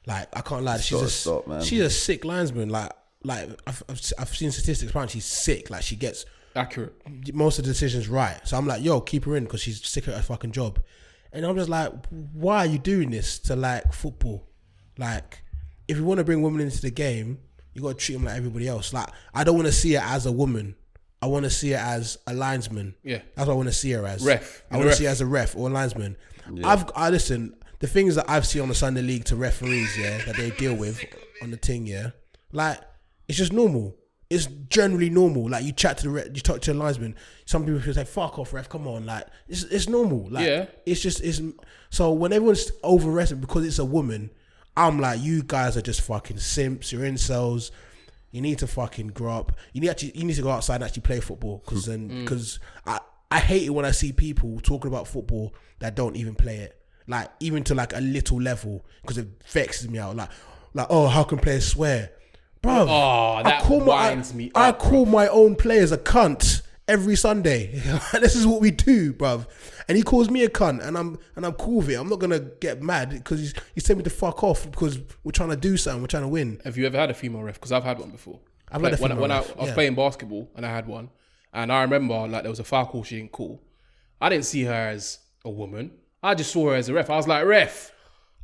F: like I can't lie. She's
E: gotta
F: a,
E: stop, man.
F: she's a sick linesman. Like, like I've, I've, I've seen statistics. Apparently, she's sick. Like she gets
D: Accurate.
F: most of the decisions right. So I'm like, yo, keep her in because she's sick at her fucking job. And I'm just like, why are you doing this to like football? Like, if you want to bring women into the game, you got to treat them like everybody else. Like, I don't want to see her as a woman. I want to see her as a linesman.
D: Yeah.
F: that's what I want to see her as.
D: Ref.
F: I want to
D: Ref.
F: see her as a ref or a linesman. I've I listen the things that I've seen on the Sunday League to referees, yeah, that they deal with on the thing, yeah, like it's just normal. It's generally normal. Like you chat to the re- you talk to the linesman. Some people feel like fuck off, ref. Come on, like it's it's normal. Like
D: Yeah.
F: it's just it's so when everyone's overresting because it's a woman, I'm like you guys are just fucking simps. You're incels. You need to fucking grow up. You need actually you need to go outside and actually play football because then
D: Mm.
F: because I I hate it when I see people talking about football that don't even play it like even to like a little level because it vexes me out like like oh how can players swear, bro?
D: Oh, that winds
F: my,
D: me
F: I,
D: up,
F: I call my own players a cunt every Sunday. this is what we do, bruv. And he calls me a cunt, and I'm and I'm cool with it. I'm not gonna get mad because he's he's telling me to fuck off because we're trying to do something. We're trying to win.
D: Have you ever had a female ref? Because I've had one before.
F: I've had a
D: when, I-
F: female
D: when I,
F: ref,
D: I was
F: yeah.
D: playing basketball and I had one, and I remember like there was a foul call she didn't call. I didn't see her as a woman. I just saw her as a ref. I was like, ref,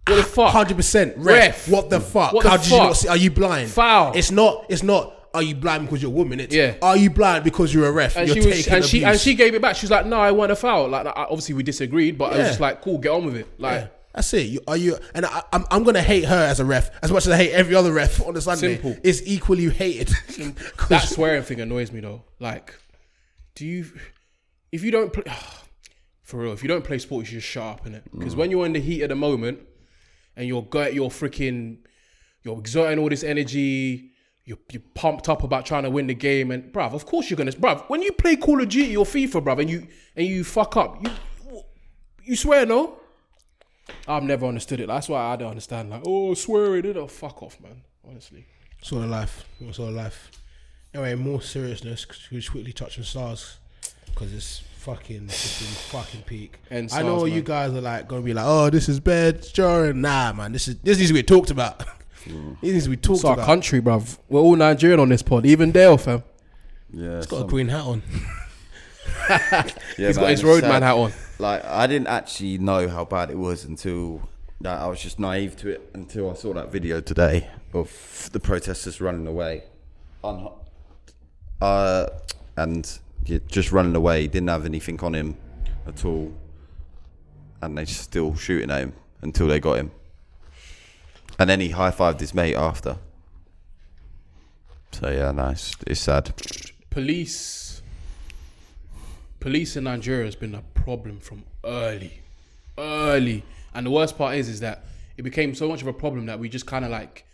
D: what the fuck?
F: Hundred percent,
D: Ref.
F: ref. What the fuck?
D: What the
F: How did you
D: fuck?
F: not see? Are you blind?
D: Foul.
F: It's not. It's not. Are you blind because you're a woman? It's
D: Yeah.
F: Are you blind because you're a ref?
D: and
F: you're
D: she was,
F: taking
D: and she and
F: abuse.
D: she gave it back. She was like, "No, I want a foul." Like, I- obviously we disagreed, but I was
F: Yeah.
D: just like, "Cool, get on with it." Like,
F: Yeah. That's it. You, are you? And I, I'm, I'm gonna hate her as a ref as much as I hate every other ref on the Sunday.
D: Simple.
F: It's equally hated. 'Cause-
D: that swearing thing annoys me though. Like, do you, if you don't play, for real, if you don't play sport, you should shut up in it. Because when you're in the heat of the moment, and you're go- you're freaking, you're exerting all this energy. You're, you're pumped up about trying to win the game, and bruv, of course you're gonna, bruv. When you play Call of Duty or FIFA, bruv, and you and you fuck up, you you swear no. I've never understood it. That's why I don't understand. Like, oh, swearing, it, oh, fuck off, man. Honestly,
F: sort of life. Sort of life. Anyway, more seriousness. 'cause we just quickly touch on SARS because it's fucking, it's been fucking peak.
D: And
F: I know
D: SARS,
F: you
D: man.
F: guys are like gonna be like, oh, this is bad, jarring. Nah, man, this is this needs to be talked about.
D: Mm.
F: This needs to be talked
D: it's our
F: about.
D: country, bruv. We're all Nigerian on this pod, even Dale, fam.
E: Yeah,
F: Got a green hat on.
E: Yeah,
D: He's got
E: man,
D: his
E: it's
D: roadman
E: sad.
D: hat on.
E: Like I didn't actually know how bad it was until like, I was just naive to it until I saw that video today of the protesters running away, Un- uh, and yeah, just running away. Didn't have anything on him at all, and they still shooting at him until they got him. And then he high fived his mate after. So yeah, nice. It's sad.
D: Police, police in Nigeria has been a problem from early, early. And the worst part is, is that it became so much of a problem that we just kind of like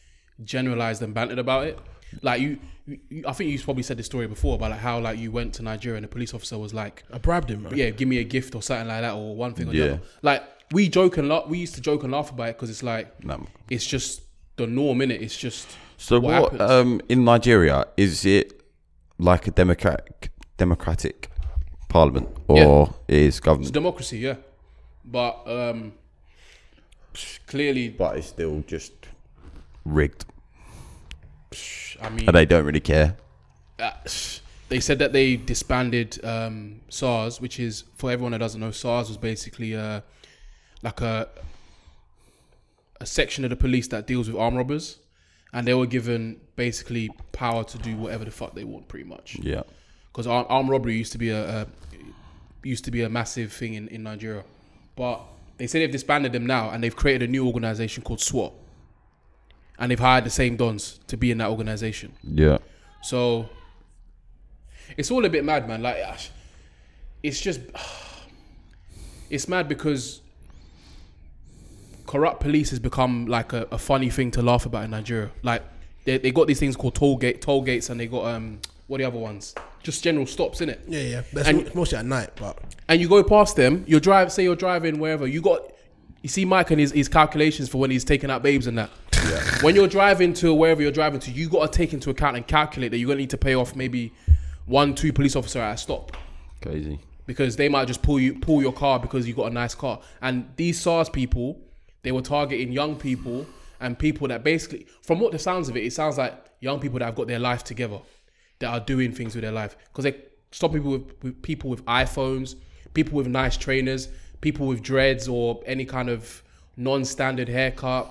D: generalized and bantered about it. Like you, you, you- I think you probably said this story before about like how like you went to Nigeria and the police officer was like,
F: I bribed him. Man.
D: yeah, give me a gift or something like that, or one thing or
E: Yeah.
D: the other. Like we joke and laugh. We used to joke and laugh about it because it's like
E: No.
D: it's just the norm in it. It's just
E: So
D: what
E: what,
D: happens.
E: um, in Nigeria is it like a democratic democratic parliament or is government?
D: democracy, yeah. But um, clearly,
E: but it's still just rigged,
D: I mean,
E: and they don't really care.
D: uh, they said that they disbanded um, SARS, which is for everyone that doesn't know, SARS was basically uh, like a a section of the police that deals with armed robbers, and they were given basically power to do whatever the fuck they want, pretty much.
E: Yeah,
D: because armed, armed robbery used to be a, a used to be a massive thing in, in Nigeria, but They say they've disbanded them now and they've created a new organization called SWAT. And they've hired the same dons to be in that organization.
H: Yeah.
D: So it's all a bit mad, man. Like ah, it's just it's mad because corrupt police has become like a, a funny thing to laugh about in Nigeria. Like they, they got these things called toll gate toll gates and they got um what are the other ones? Just general stops, in it.
F: Yeah, yeah. But it's
D: And-
F: mo- mostly at night, but
D: and you go past them, you drive, say you're driving wherever, you got, you see Mike and his, his calculations for when he's taking out babes and that. when you're driving to wherever you're driving to, you got to take into account and calculate that you're going to need to pay off maybe one, two police officer at a stop
E: Crazy.
D: because they might just pull you pull your car because you got a nice car. And these SARS people, they were targeting young people and people that basically, from what the sounds of it, it sounds like young people that have got their life together, that are doing things with their life because they stop people with, with people with iPhones, people with nice trainers, people with dreads or any kind of non-standard haircut,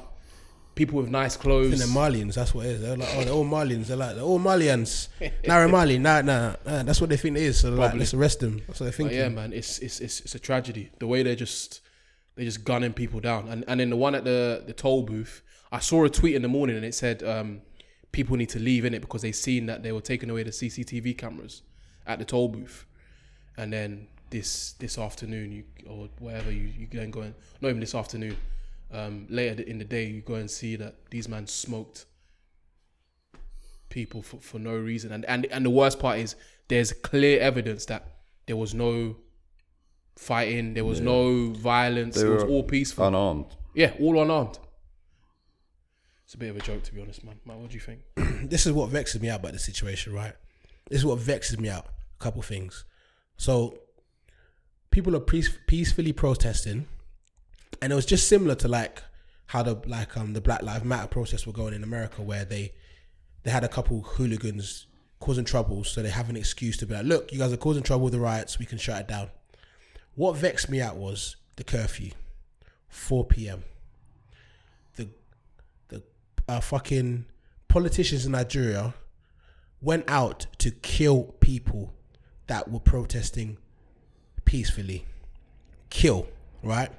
D: people with nice
F: and
D: clothes.
F: they're Malians. That's what it is. They're like, oh, they're all Malians. They're like, they're all Malians. Nara Mali. Nah, nah, nah. That's what they think it is. So they're like, let's arrest them. That's what they're
D: But
F: thinking.
D: yeah, man, it's it's it's it's a tragedy. The way they're just they're just gunning people down. And and then the one at the the toll booth, I saw a tweet in the morning and it said um, people need to leave in it because they seen that they were taking away the CCTV cameras at the toll booth. And then this this afternoon you or whatever you you then go and not even this afternoon, um, later in the day you go and see that these man smoked people for, for no reason. And, and and the worst part is there's clear evidence that there was no fighting, there was no violence, it was
E: were
D: all peaceful.
E: Unarmed.
D: yeah, all unarmed. It's a bit of a joke to be honest, man. Matt, what do you think?
F: this is what vexes me out about the situation, right? This is what vexes me out. A couple things. So people are peace, peacefully protesting, and it was just similar to like how the like um the Black Lives Matter protests were going in America, where they they had a couple hooligans causing trouble, so they have an excuse to be like, look, you guys are causing trouble with the riots, we can shut it down. What vexed me out was the curfew, four p.m. The the uh, fucking politicians in Nigeria went out to kill people that were protesting peacefully. Kill, right?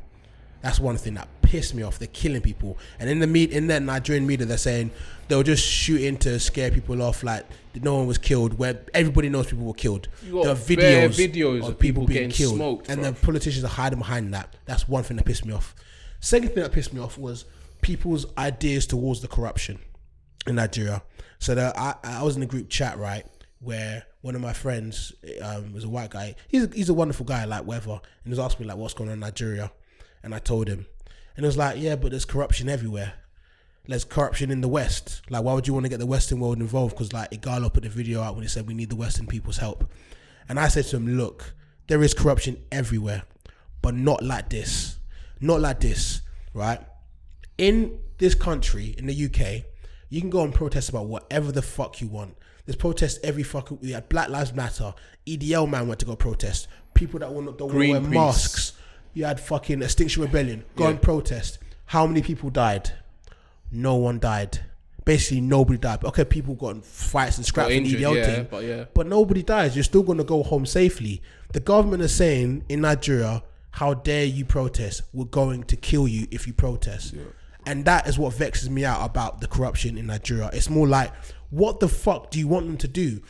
F: That's one thing that pissed me off. They're killing people, and in the meet in the Nigerian media, they're saying they were just shooting to scare people off. Like no one was killed. Where everybody knows people were killed.
D: You got
F: there
D: bare
F: are videos,
D: videos
F: of
D: of
F: people
D: people
F: being
D: getting
F: killed,
D: smoked,
F: and
D: bro.
F: the politicians are hiding behind that. That's one thing that pissed me off. Second thing that pissed me off was people's ideas towards the corruption in Nigeria. So the, I, I was in a group chat right where one of my friends um, was a white guy. He's a, he's a wonderful guy, like whatever. And he was asking me like, what's going on in Nigeria? And I told him, and he was like, yeah, but there's corruption everywhere. There's corruption in the West. Like, why would you want to get the Western world involved? Because like Igalo put the video out when he said we need the Western people's help. And I said to him, look, there is corruption everywhere, but not like this. Not like this, right? in this country, in the UK, you can go and protest about whatever the fuck you want. There's protests every fucking. We had Black Lives Matter. EDL man went to go protest. People that will not don't wanna wear
D: Greenpeace.
F: masks. You had fucking Extinction Rebellion. Go and protest. How many people died? No one died. Basically, nobody died. Okay, people got in fights and scraps E and
D: injured,
F: EDL
D: yeah,
F: thing,
D: but yeah.
F: but nobody dies. You're still going to go home safely. The government is saying in Nigeria, how dare you protest? We're going to kill you if you protest. And that is what vexes me out about the corruption in Nigeria. It's more like, what the fuck do you want them to do?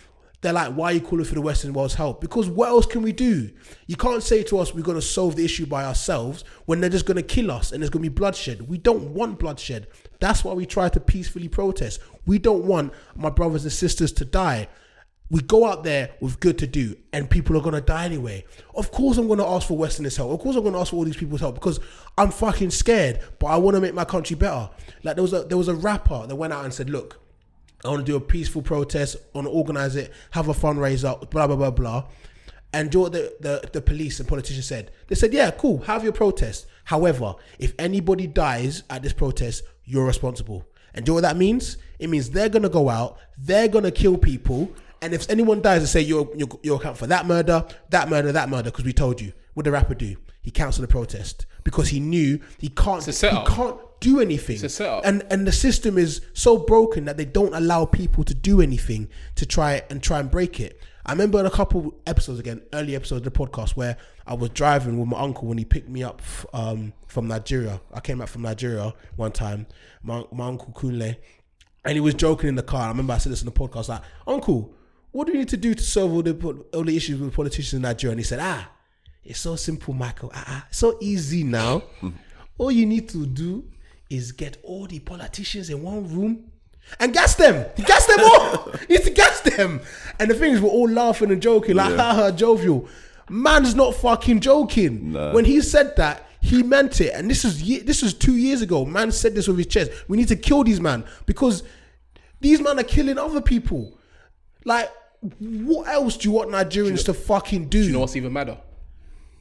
F: They're like, why are you calling for the Western world's help? Because what else can we do? You can't say to us we're going to solve the issue by ourselves when they're just going to kill us and there's going to be bloodshed. We don't want bloodshed. That's why we try to peacefully protest. We don't want my brothers and sisters to die. We go out there with good to do, and people are gonna die anyway. Of course, I'm gonna ask for Westerners help. Of course, I'm gonna ask for all these people's help because I'm fucking scared. But I want to make my country better. Like there was a there was a rapper that went out and said, "Look, I want to do a peaceful protest. I want to organize it. Have a fundraiser. Blah blah blah blah." And do what the, the the police and politicians said. They said, "Yeah, cool. Have your protest. However, if anybody dies at this protest, you're responsible." And do you know what that means? It means they're gonna go out, they're gonna kill people, and if anyone dies, they say you're you're, you're account for that murder, that murder, that murder, because we told you. What did the rapper do? He cancelled the protest because he knew he can't.
D: a setup.
F: He can't. do anything.
D: It's a setup.
F: And and the system is so broken that they don't allow people to do anything to try and try and break it. I remember in a couple episodes again, early episodes of the podcast where I was driving with my uncle when he picked me up f- um, from Nigeria. I came back from Nigeria one time. My my uncle Kunle, and he was joking in the car. I remember I said this in the podcast, like, Uncle, what do we need to do to solve all the po- all the issues with politicians in Nigeria? And he said, Ah, it's so simple, Michael. Ah, ah, so easy now. all you need to do is get all the politicians in one room and gas them. Gas them all. you need to gas them. And the thing is, we're all laughing and joking, like, ha ha, jovial. Man's not fucking joking. When he said that, he meant it. And this is ye- this is two years ago. Man said this with his chest. We need to kill these man because these men are killing other people. Like, what else do you want Nigerians to fucking do?
D: You know what's even madder?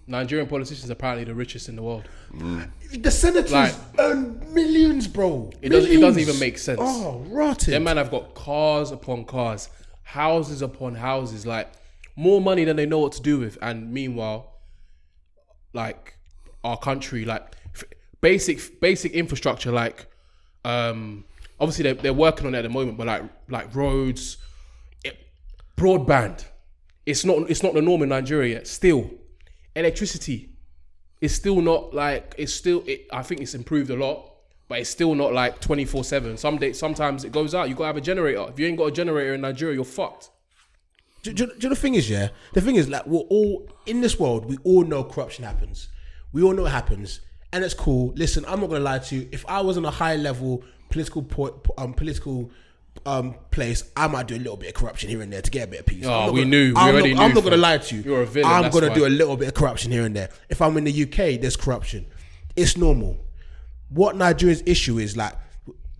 D: Nigerian politicians are apparently the richest in the world.
F: the senators
D: Like-
F: earn millions, bro.
D: It doesn't- it doesn't
F: Millions.
D: even make sense.
F: Oh, rotten.
D: Them man have got cars upon cars, houses upon houses, like more money than they know what to do with. And meanwhile, like our country, like f- basic basic infrastructure, like um, obviously they're, they're working on it at the moment, but like like roads, it, broadband, it's not it's not the norm in Nigeria yet. Still, electricity, it's still not like it's still it, I think it's improved a lot, but it's still not like 24/7. Some day sometimes it goes out. You got to have a generator. If you ain't got a generator in Nigeria, you're fucked.
F: do, do, do you know the thing is, yeah? The thing is, like, we're all in this world, we all know corruption happens. We all know it happens. And it's cool. Listen, I'm not going to lie to you. If I was on a high level political po- um, political um, place, I might do a little bit of corruption here and there to get a bit of peace.
D: Oh,
F: I'm not
D: we
F: gonna-
D: knew. We
F: I'm
D: already
F: not, I'm
D: knew,
F: not going to
D: fam.
F: lie to you.
D: You're a villain,
F: I'm
D: that's
F: going to
D: why.
F: do a little bit of corruption here and there. If I'm in the UK, there's corruption. It's normal. what Nigeria's issue is like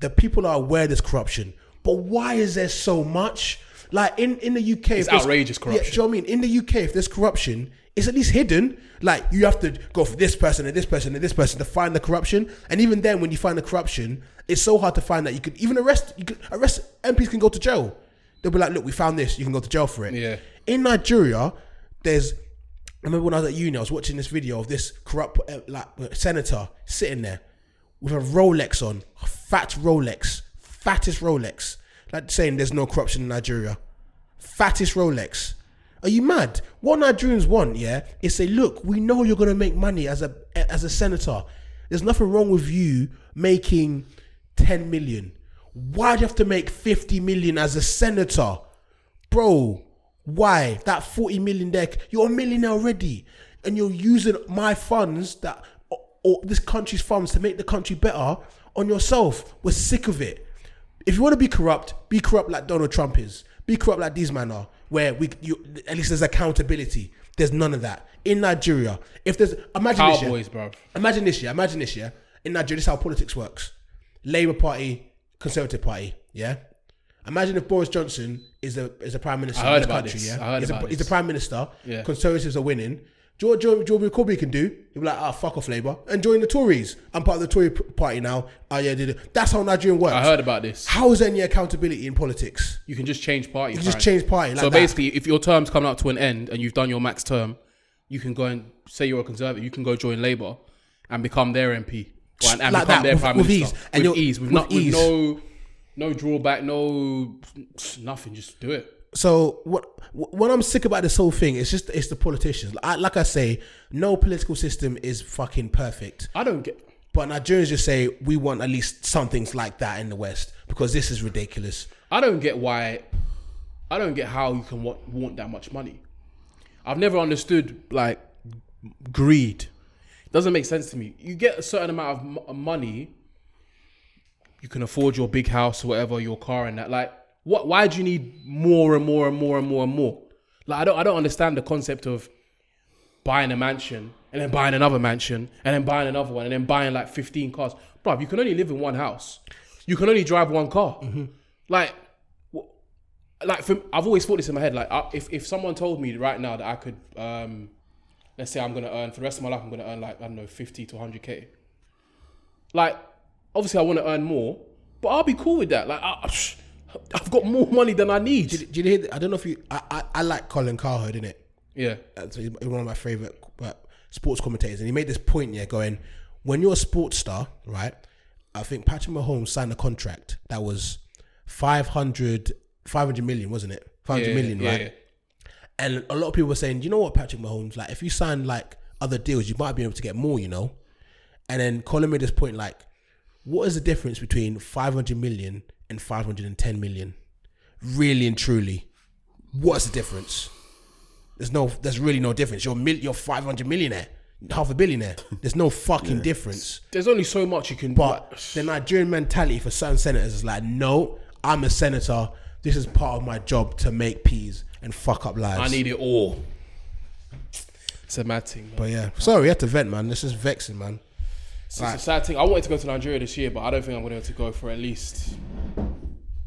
F: the people are aware there's corruption, but why is there so much? Like in, in the UK, if there's-
D: outrageous corruption.
F: Yeah, do you know what I mean? In the UK, if there's corruption, it's at least hidden. Like you have to go for this person and this person and this person to find the corruption. And even then, when you find the corruption, it's so hard to find that you could even arrest. You could arrest MPs can go to jail. They'll be like, look, we found this. You can go to jail for it.
D: Yeah.
F: In Nigeria, there's I remember when I was at uni, I was watching this video of this corrupt uh, like uh, senator sitting there with a Rolex on, a fat Rolex, fattest Rolex, like saying there's no corruption in Nigeria, fattest Rolex. Are you mad? What Nigerians want, yeah, is say, look, we know you're gonna make money as a as a senator. There's nothing wrong with you making 10 million. Why do you have to make 50 million as a senator? bro, why that 40 million deck? You're a millionaire already, and you're using my funds that or, or this country's funds to make the country better on yourself. We're sick of it. If you want to be corrupt, be corrupt like Donald Trump is. Be corrupt like these men are, where we you, at least there's accountability. There's none of that in Nigeria. If there's imagine this year-
D: Cowboys, bruv.
F: Imagine this year. Imagine this year. In Nigeria, this is how politics works: Labour Party, Conservative Party. Yeah. Imagine if Boris Johnson is a is a prime minister
D: I heard
F: of this
D: about
F: country.
D: this.
F: Yeah.
D: I heard
F: he's, a,
D: about
F: he's
D: this.
F: a prime minister.
D: Yeah.
F: Conservatives are winning. Do you know what Joe Corbyn can do? He'll be like, ah, fuck off Labour. And join the Tories. I'm part of the Tory p- party now. Oh, yeah, did it. That's how Nigerian works.
D: I heard about this.
F: How is there any accountability in politics?
D: You can just change party.
F: You just
D: apparently.
F: change party like
D: so
F: that.
D: basically, if your term's coming up to an end and you've done your max term, you can go and say you're a conservative. You can go join Labour and become their MP or- and, and
F: Like
D: become
F: that,
D: their
F: with-
D: prime
F: with
D: minister
F: ease. And
D: with
F: you're-
D: ease, with,
F: with
D: not,
F: ease.
D: with no no drawback, no nothing. Just do it.
F: So what what I'm sick about this whole thing is just it's the politicians. Like I, like I say, no political system is fucking perfect.
D: I don't get.
F: But Nigerians just say we want at least some things like that in the West because this is ridiculous.
D: I don't get why. I don't get how you can want, want that much money. I've never understood like greed. It doesn't make sense to me. You get a certain amount of m- of money, you can afford your big house or whatever, your car and that. Like, what? Why do you need more and more and more and more and more? Like, I don't. I don't understand the concept of buying a mansion and then buying another mansion and then buying another one and then buying like 15 cars. Bruv, you can only live in one house. You can only drive one car.
F: Mm-hmm.
D: Like, wh- like for, I've always thought this in my head. Like, I, if, if someone told me right now that I could, um, let's say I'm going to earn, for the rest of my life, I'm going to earn like, I don't know, 50 to 100K. Like, obviously I want to earn more, but I'll be cool with that. Like, I, I've got more money than I need.
F: Did, did you hear? I don't know if you. I I, I like Colin Cowherd, innit?
D: Yeah.
F: That's he's one of my favorite uh, sports commentators, and he made this point. Yeah, going when you're a sports star, right? I think Patrick Mahomes signed a contract that was 500, 500 million, wasn't it? Five hundred million, right? And a lot of people were saying, you know what, Patrick Mahomes, like if you sign like other deals, you might be able to get more, you know. And then Colin made this point, like, what is the difference between five hundred million and five hundred and ten million? Really and truly, what's the difference? There's no, there's really no difference. You're mil, you're five hundred millionaire, half a billionaire. There's no fucking difference.
D: There's only so much you can.
F: But the Nigerian mentality for certain senators is like, no, I'm a senator. This is part of my job to make peas and fuck up lives.
D: I need it all. It's a mad thing. Man.
F: But yeah, sorry, we had to vent, man. This is vexing, man.
D: It's a sad thing. I wanted to go to Nigeria this year, but I don't think I'm going to be able to go for at least,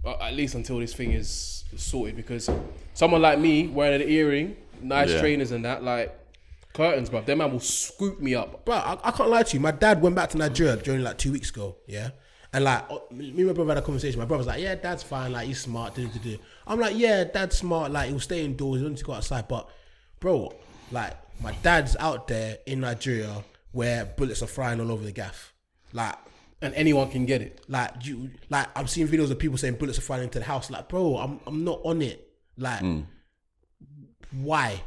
D: uh, at least until this thing is sorted. Because someone like me wearing an earring, nice trainers and that, like curtains, bruv, their man will scoop me up.
F: Bro, I, I can't lie to you. My dad went back to Nigeria during like two weeks ago, yeah? And like, uh, me and my brother had a conversation. My brother's like, yeah, dad's fine. Like, he's smart. Do, do, do. I'm like, yeah, dad's smart. Like, he'll stay indoors. He doesn't need to go outside. But, bro, like, my dad's out there in Nigeria where bullets are flying all over the gaff. Like,
D: And anyone can get it.
F: Like you, like I'm seeing videos of people saying bullets are flying into the house. Like, bro, I'm I'm not on it. Like, why?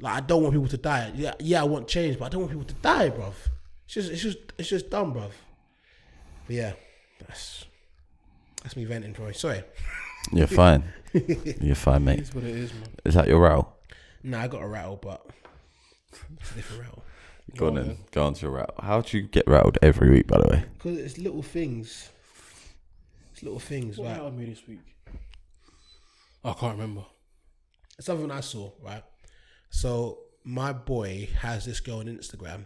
F: Like, I don't want people to die. Yeah, yeah, I want change, but I don't want people to die, bruv. It's just, it's just, it's just dumb, bruv. But yeah, that's that's me venting, Troy. Sorry.
E: You're fine. You're fine, mate.
D: That's what it is, man.
E: Is that your row?
F: Nah, I got a rattle, but it's a different rattle
E: Go on then. Go on to your row. How do you get rattled every week, by the way?
F: because it's little things. It's little things.
D: What
F: like,
D: rattled me this week? I can't remember.
F: something I saw, right? So my boy has this girl on Instagram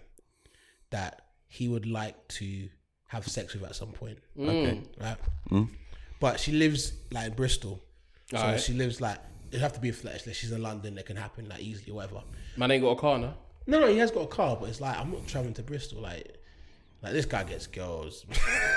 F: that he would like to have sex with at some point. Okay. Right? But she lives like in Bristol. So
D: Alright.
F: she lives like it'd have to be a flesh like she's in London, that can happen like easily or whatever.
D: Man ain't got a car now.
F: No, no, he has got a car, but it's like I'm not traveling to Bristol. Like, like this guy gets girls.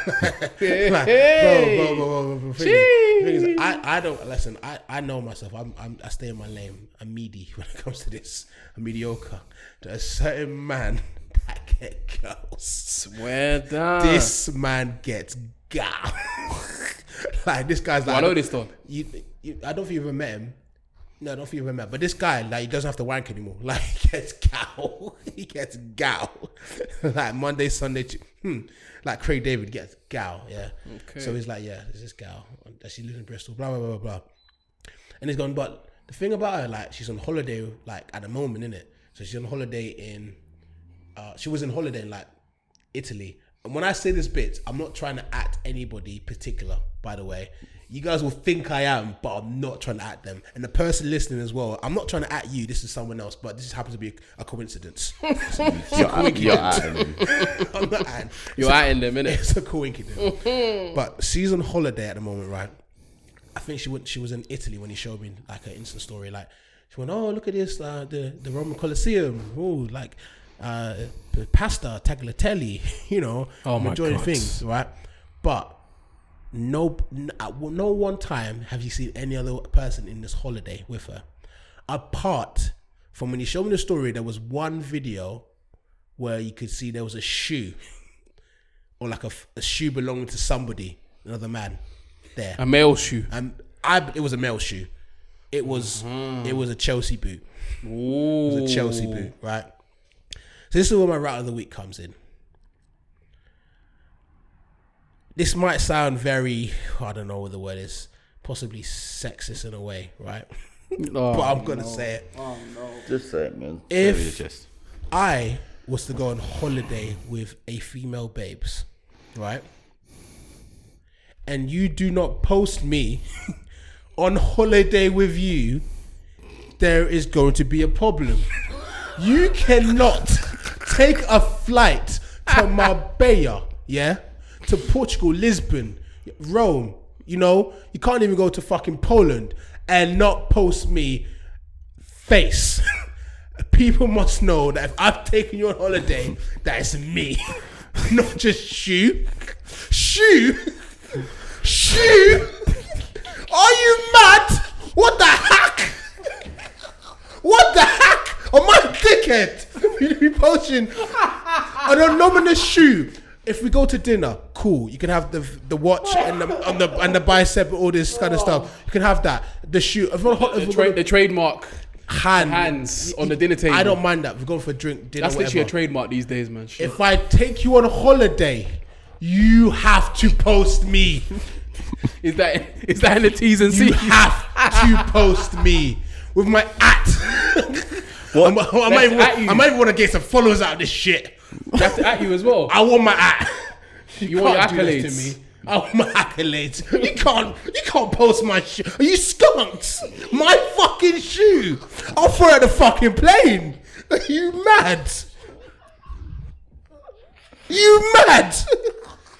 F: like, bro, bro, bro, bro, bro, bro. Thing is- thing is, I, I don't listen. I, I know myself. I'm, I'm, I stay in my lane. I'm meaty when it comes to this. I'm mediocre. There's a certain man that get girls.
D: Where down?
F: This man gets gal. like this guy's like
D: I know this though.
F: you, you, I don't think you've ever met him. No, I don't think you've ever met. But this guy, like, he doesn't have to wank anymore. Like, he gets gal. he gets gal. like Monday, Sunday, Tu- hmm. like Craig David gets gal. Yeah. Okay. So he's like, yeah, there's this gal. that She lives in Bristol. Blah blah blah blah blah. And he's gone. But the thing about her, like, she's on holiday, like at the moment, innit? So she's on holiday in. Uh, she was on holiday in like Italy. And when I say this bitch, I'm not trying to act anybody particular, by the way. You guys will think I am, but I'm not trying to act them. And the person listening as well, I'm not trying to act you. This is someone else, but this happens to be a, a coincidence.
E: You're, you're adding.
F: I'm not acting.
D: You're out in them, innit?
F: It's a coincidence. but she's on holiday at the moment, right? I think she went. She was in Italy when he showed me like her instant story. Like she went, "Oh, look at this! Uh, the the Roman Colosseum. Ooh, like uh, the pasta tagliatelle. You know,
D: Oh my
F: enjoying
D: God.
F: things, right? But no, n- at no one time have you seen any other person in this holiday with her, apart from when he showed me the story. There was one video where you could see there was a shoe or like a, f- a shoe belonging to somebody, another man, there.
D: A male shoe.
F: And I, it was a male shoe. It was it was a Chelsea boot. It was a Chelsea boot, right? So this is where my route of the week comes in. This might sound very I don't know what the word is, possibly sexist in a way, right? but I'm gonna say it.
E: Just say it, man.
F: If-
E: Say it, just.
F: I was to go on holiday with a female babes, right? And you do not post me on holiday with you, there is going to be a problem. You cannot take a flight to Marbella, yeah? To Portugal, Lisbon, Rome, you know? You can't even go to fucking Poland and not post me face. People must know that if I've taken you on holiday, that it's me, not just you. Shoe, shoe. Are you mad? What the heck? What the heck? Am I a dickhead? You be posting an anonymous shoe. If we go to dinner, cool. You can have the the watch and the and the, and the bicep and all this kind of stuff. You can have that. The shoe. If we're,
D: The,
F: if
D: tra-
F: we're
D: the
F: gonna-
D: trademark.
F: hand,
D: hands on the dinner table.
F: I don't mind that. We're going for a drink, dinner.
D: That's literally a
F: whatever.
D: trademark these days, man. Shit.
F: If I take you on holiday, you have to post me.
D: Is that is that in the T's and
F: You
D: C's?
F: have to post me with my at.
B: What?
F: I'm- I, might
D: That's
F: even,
D: at you.
F: I might even want to get some followers out of this shit.
D: You have to at you as well.
F: I want my at.
D: You want
F: can't
D: your
F: do that
D: accolades.
F: to me. I want my accolades. You can't, you can't post my shit. Are you skunks? My fucking shoe. I'll throw it at the fucking plane. Are you mad? You mad?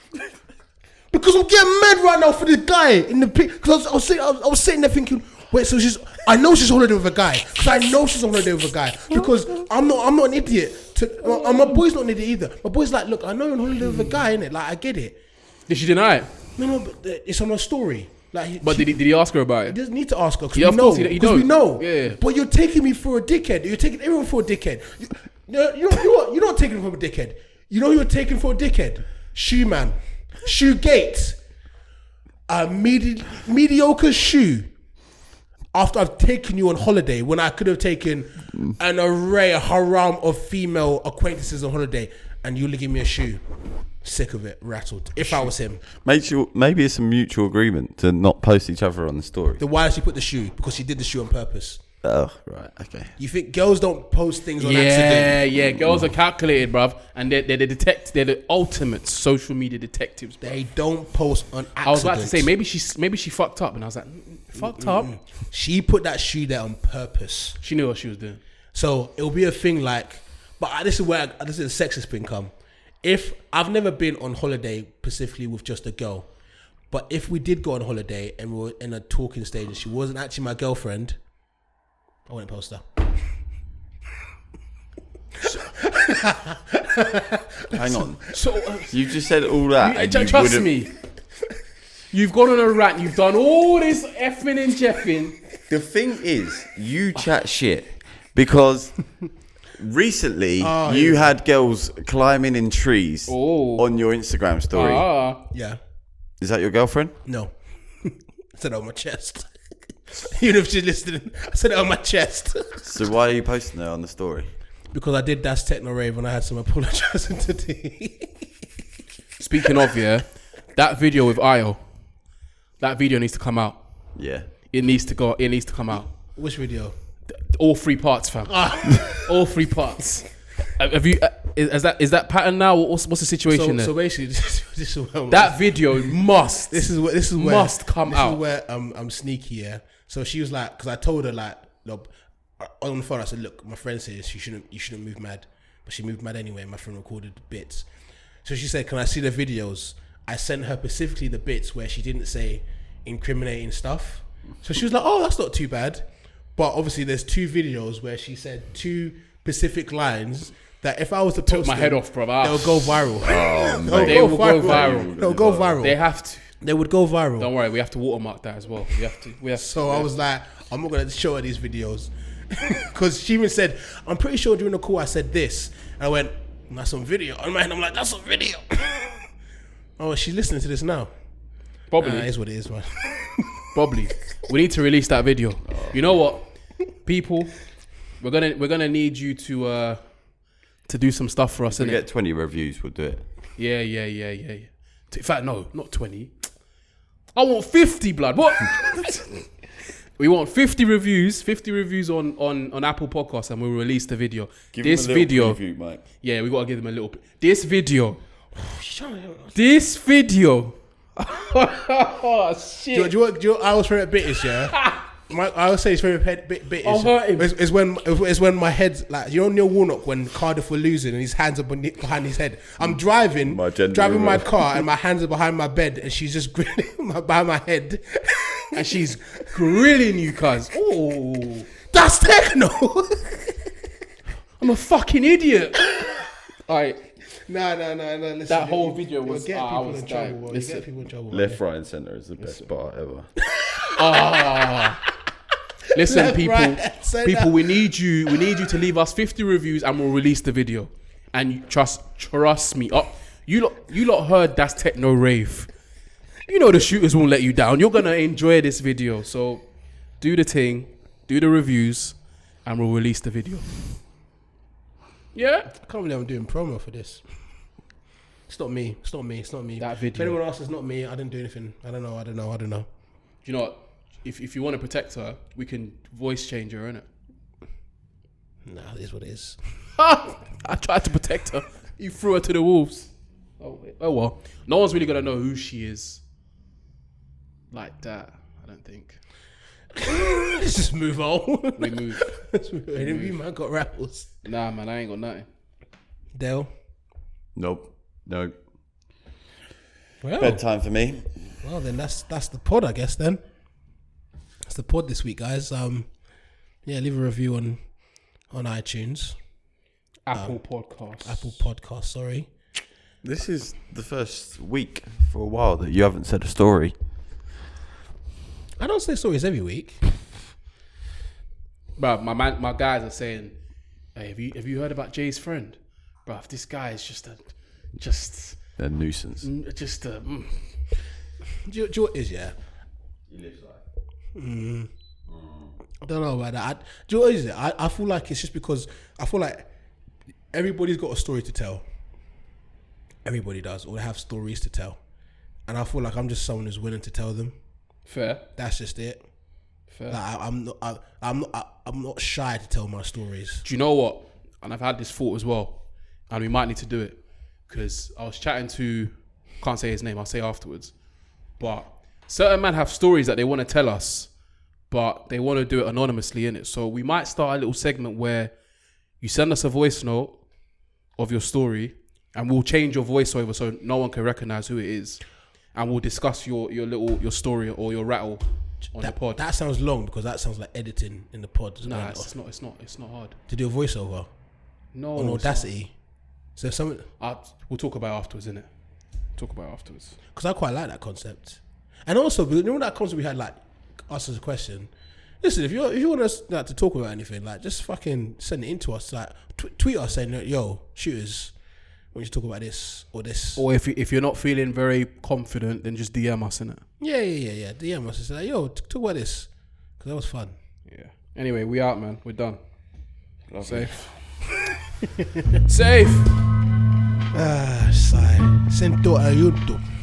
F: because I'm getting mad right now for this guy in the pic. Because I was, I, was sitting, I, was, I was sitting there thinking, wait, so she's. I know she's on holiday with a guy. Because I know she's on holiday with a guy. Because I'm not. I'm not an idiot. To, my, my boy's not an idiot either. My boy's like, look, I know you're on holiday with a guy, innit? Like, I get it.
D: Did she deny it?
F: No, no, but uh, it's on her story. Like, he-
D: But
F: she,
D: did he, did he ask her about
F: he
D: it?
F: doesn't need to ask her because
D: Yeah,
F: we
D: of
F: know.
D: course, he- he
F: Because we
D: don't.
F: know.
D: Yeah, yeah.
F: But you're taking me for a dickhead. You're taking everyone for a dickhead. You, no, you know, you're, you're not taking me for a dickhead. You know who you're taking for a dickhead? Shoe man, shoe gate, a medi- mediocre shoe. After I've taken you on holiday, when I could have taken an array, a haram of female acquaintances on holiday, and you're giving me a shoe. Sick of it, rattled. If I was him.
E: Make sure maybe it's a mutual agreement to not post each other on the story.
F: Then why did she put the shoe? Because she did the shoe on purpose.
E: Oh, right, okay.
F: You think girls don't post things on
D: yeah,
F: accident?
D: yeah. Girls are calculated, bruv, and they're, they're the detect. They're the ultimate social media detectives. bruv.
F: They don't post on accident.
D: I was about to say maybe she s- maybe she fucked up, and I was like, "Mm, fucked up.
F: she put that shoe there on purpose.
D: She knew what she was doing.
F: So it'll be a thing like, but I- this is where I, this is a sexist thing come. If I've never been on holiday specifically with just a girl, but if we did go on holiday and we were in a talking stage and she wasn't actually my girlfriend, I wouldn't post her.
E: Hang on.
D: So uh,
E: You just said all that. and
D: tr-
E: you
D: trust
E: wouldn't-
D: me. You've gone on a rant. You've done all this effing and jeffing.
E: The thing is, you chat shit because recently you had girls climbing in trees
D: Oh.
E: on your Instagram story.
D: Ah,
F: Yeah,
E: Is that your girlfriend?
F: no. I said it on my chest. Even if she's listening, I said it on my chest.
E: So why are you posting her on the story?
F: because I did that's techno rave and I had some apologizing to do.
D: speaking of yeah, that video with Io, that video needs to come out.
E: Yeah.
D: It needs to go. It needs to come out.
F: Which video? Ah.
D: All three parts, fam. All three parts. Have have you? uh, Is is that is that pattern now? What's, what's the situation
F: So,
D: there?
F: so basically, this, is- this is where
D: that video must.
F: this is where this is where
D: must come
F: this
D: out.
F: Is where um, I'm sneaky. Yeah. So she was like, because I told her like, look, uh, on the phone I said, look, my friend says you shouldn't you shouldn't move mad, but she moved mad anyway. My friend recorded bits, so she said, can I see the videos? I sent her specifically the bits where she didn't say incriminating stuff. So she was like, oh, that's not too bad. But obviously, there's two videos where she said two specific lines that if I was to post
D: my
F: them,
D: head off, bruv. Ah.
F: they'll go viral. they'll
D: They will go viral.
F: They'll go viral.
D: They have to.
F: They would go viral.
D: Don't worry, we have to watermark that as well. We have to. We have.
F: So I was like, I'm not gonna show her these videos. Cause she even said, I'm pretty sure during the call I said this. And I went, that's on video. And I'm like, that's on video. oh, she's listening to this now. Nah,
D: probably.
F: it is what it is, man.
D: Probably. We need to release that video. You know what, people, we're gonna we're gonna need you to uh to do some stuff for us,
E: We
D: innit?
E: get 20 reviews, we'll do it.
D: yeah, yeah, yeah, yeah, yeah. T- In fact, no, not twenty. I want fifty blood. What? we want fifty reviews, fifty reviews on on on Apple Podcasts, and we'll release the video. this video, yeah, we gotta give them a little. Bit. This video, this video. oh shit!
F: do, you- do you know what- do you know what Owl's favorite bit is, yeah? My, I would say his favorite pet- bit, bit
D: I'll
F: is,
D: hurt him.
F: is, is when is when my head's like you know Neil Warnock when Cardiff were losing and his hands are bene- behind his head.
D: Mm.
F: I'm driving,
B: My gender
F: driving my
B: reveal.
F: car and my hands are behind my bed and she's just grinning my, behind my head.
D: and she's grilling you, cuz. Oh,
F: That's techno.
D: I'm a fucking idiot. Alright,
F: no, no, no, no. Listen,
D: That whole video was-
F: You'll get
D: ah, I
F: people
D: was
F: in trouble.
D: dying.
F: bro.
D: Listen.
F: You'll get people in trouble.
B: Left, right, and centre is the best bar ever.
D: listen,
F: Left,
D: people,
F: right, and centre.
D: people, we need you. We need you to leave us 50 reviews, and we'll release the video. And you, trust, trust me. Up, You lot, you lot heard that's techno rave. You know the shooters won't let you down. You're gonna enjoy this video. So do the thing, do the reviews, and we'll release the video. Yeah.
F: I can't believe I'm doing promo for this. It's not me. It's not me. It's not me.
D: That
F: If
D: video.
F: anyone else is not me, I didn't do anything. I don't know. I don't know. I don't know.
D: Do you know what? If if you want to protect her, we can voice change her, innit?
F: Nah, it is what it is.
D: I tried to protect her. You threw her to the wolves. Oh, oh well. No one's really gonna know who she is. Like that, I don't think.
F: Let's just move on.
D: We move.
F: Interview man got rattles.
D: Nah, man, I ain't got nothing.
F: Dell.
E: Nope. No.
F: Well,
B: Bedtime for me.
F: well, then that's that's the pod, I guess. Then that's the pod this week, guys. Um, yeah, leave a review on on iTunes,
D: Apple Podcast.
F: Apple Podcast. Sorry.
E: This is the first week for a while that you haven't said a story.
F: I don't say stories every week.
D: Bruh, my man, my guys are saying, "Hey, have you have you heard about Jay's friend, Bruh, This guy is just a, just,
E: A nuisance.
D: just a." Mm.
F: Do you, do you know what it is, yeah? He lives like. Mm. I don't know about that. I, do you know what it is? I, I feel like it's just because I feel like everybody's got a story to tell. Everybody does, or they have stories to tell. And I feel like I'm just someone who's willing to tell them.
D: Fair,
F: That's just it.
D: fair.
F: Like, I, I'm not. I, I'm not. I, I'm not shy to tell my stories.
D: do you know what? And I've had this thought as well, and we might need to do it because I was chatting to, can't say his name, I'll say afterwards. But certain men have stories that they want to tell us, but they want to do it anonymously in it. So we might start a little segment where you send us a voice note of your story, and we'll change your voiceover so no one can recognize who it is, and we'll discuss your your little your story or your rattle on
F: That,
D: the pod.
F: that sounds long because that sounds like editing in the pod. doesn't
D: nah,
F: it?
D: it's, it's not. It's not. It's not hard.
F: to do a voiceover
D: No,
F: on
D: it's not.
F: Audacity. So some
D: i we'll talk about it afterwards, innit? Talk about it afterwards.
F: because I quite like that concept. And also, you know that concept we had like ask us a question. Listen, if you if you want us like, to talk about anything, like just fucking send it into us. Like tw- tweet us saying, "Yo, shooters, when you talk about this or this."
D: Or if you, if you're not feeling very confident, then just DM us, innit?
F: yeah, yeah, yeah, yeah. DM us and say, like, "Yo, t- talk about this," because that was fun.
D: Yeah. Anyway, we out, man. We're done. Safe. Safe.
F: Ah, sigh. Sento aiuto.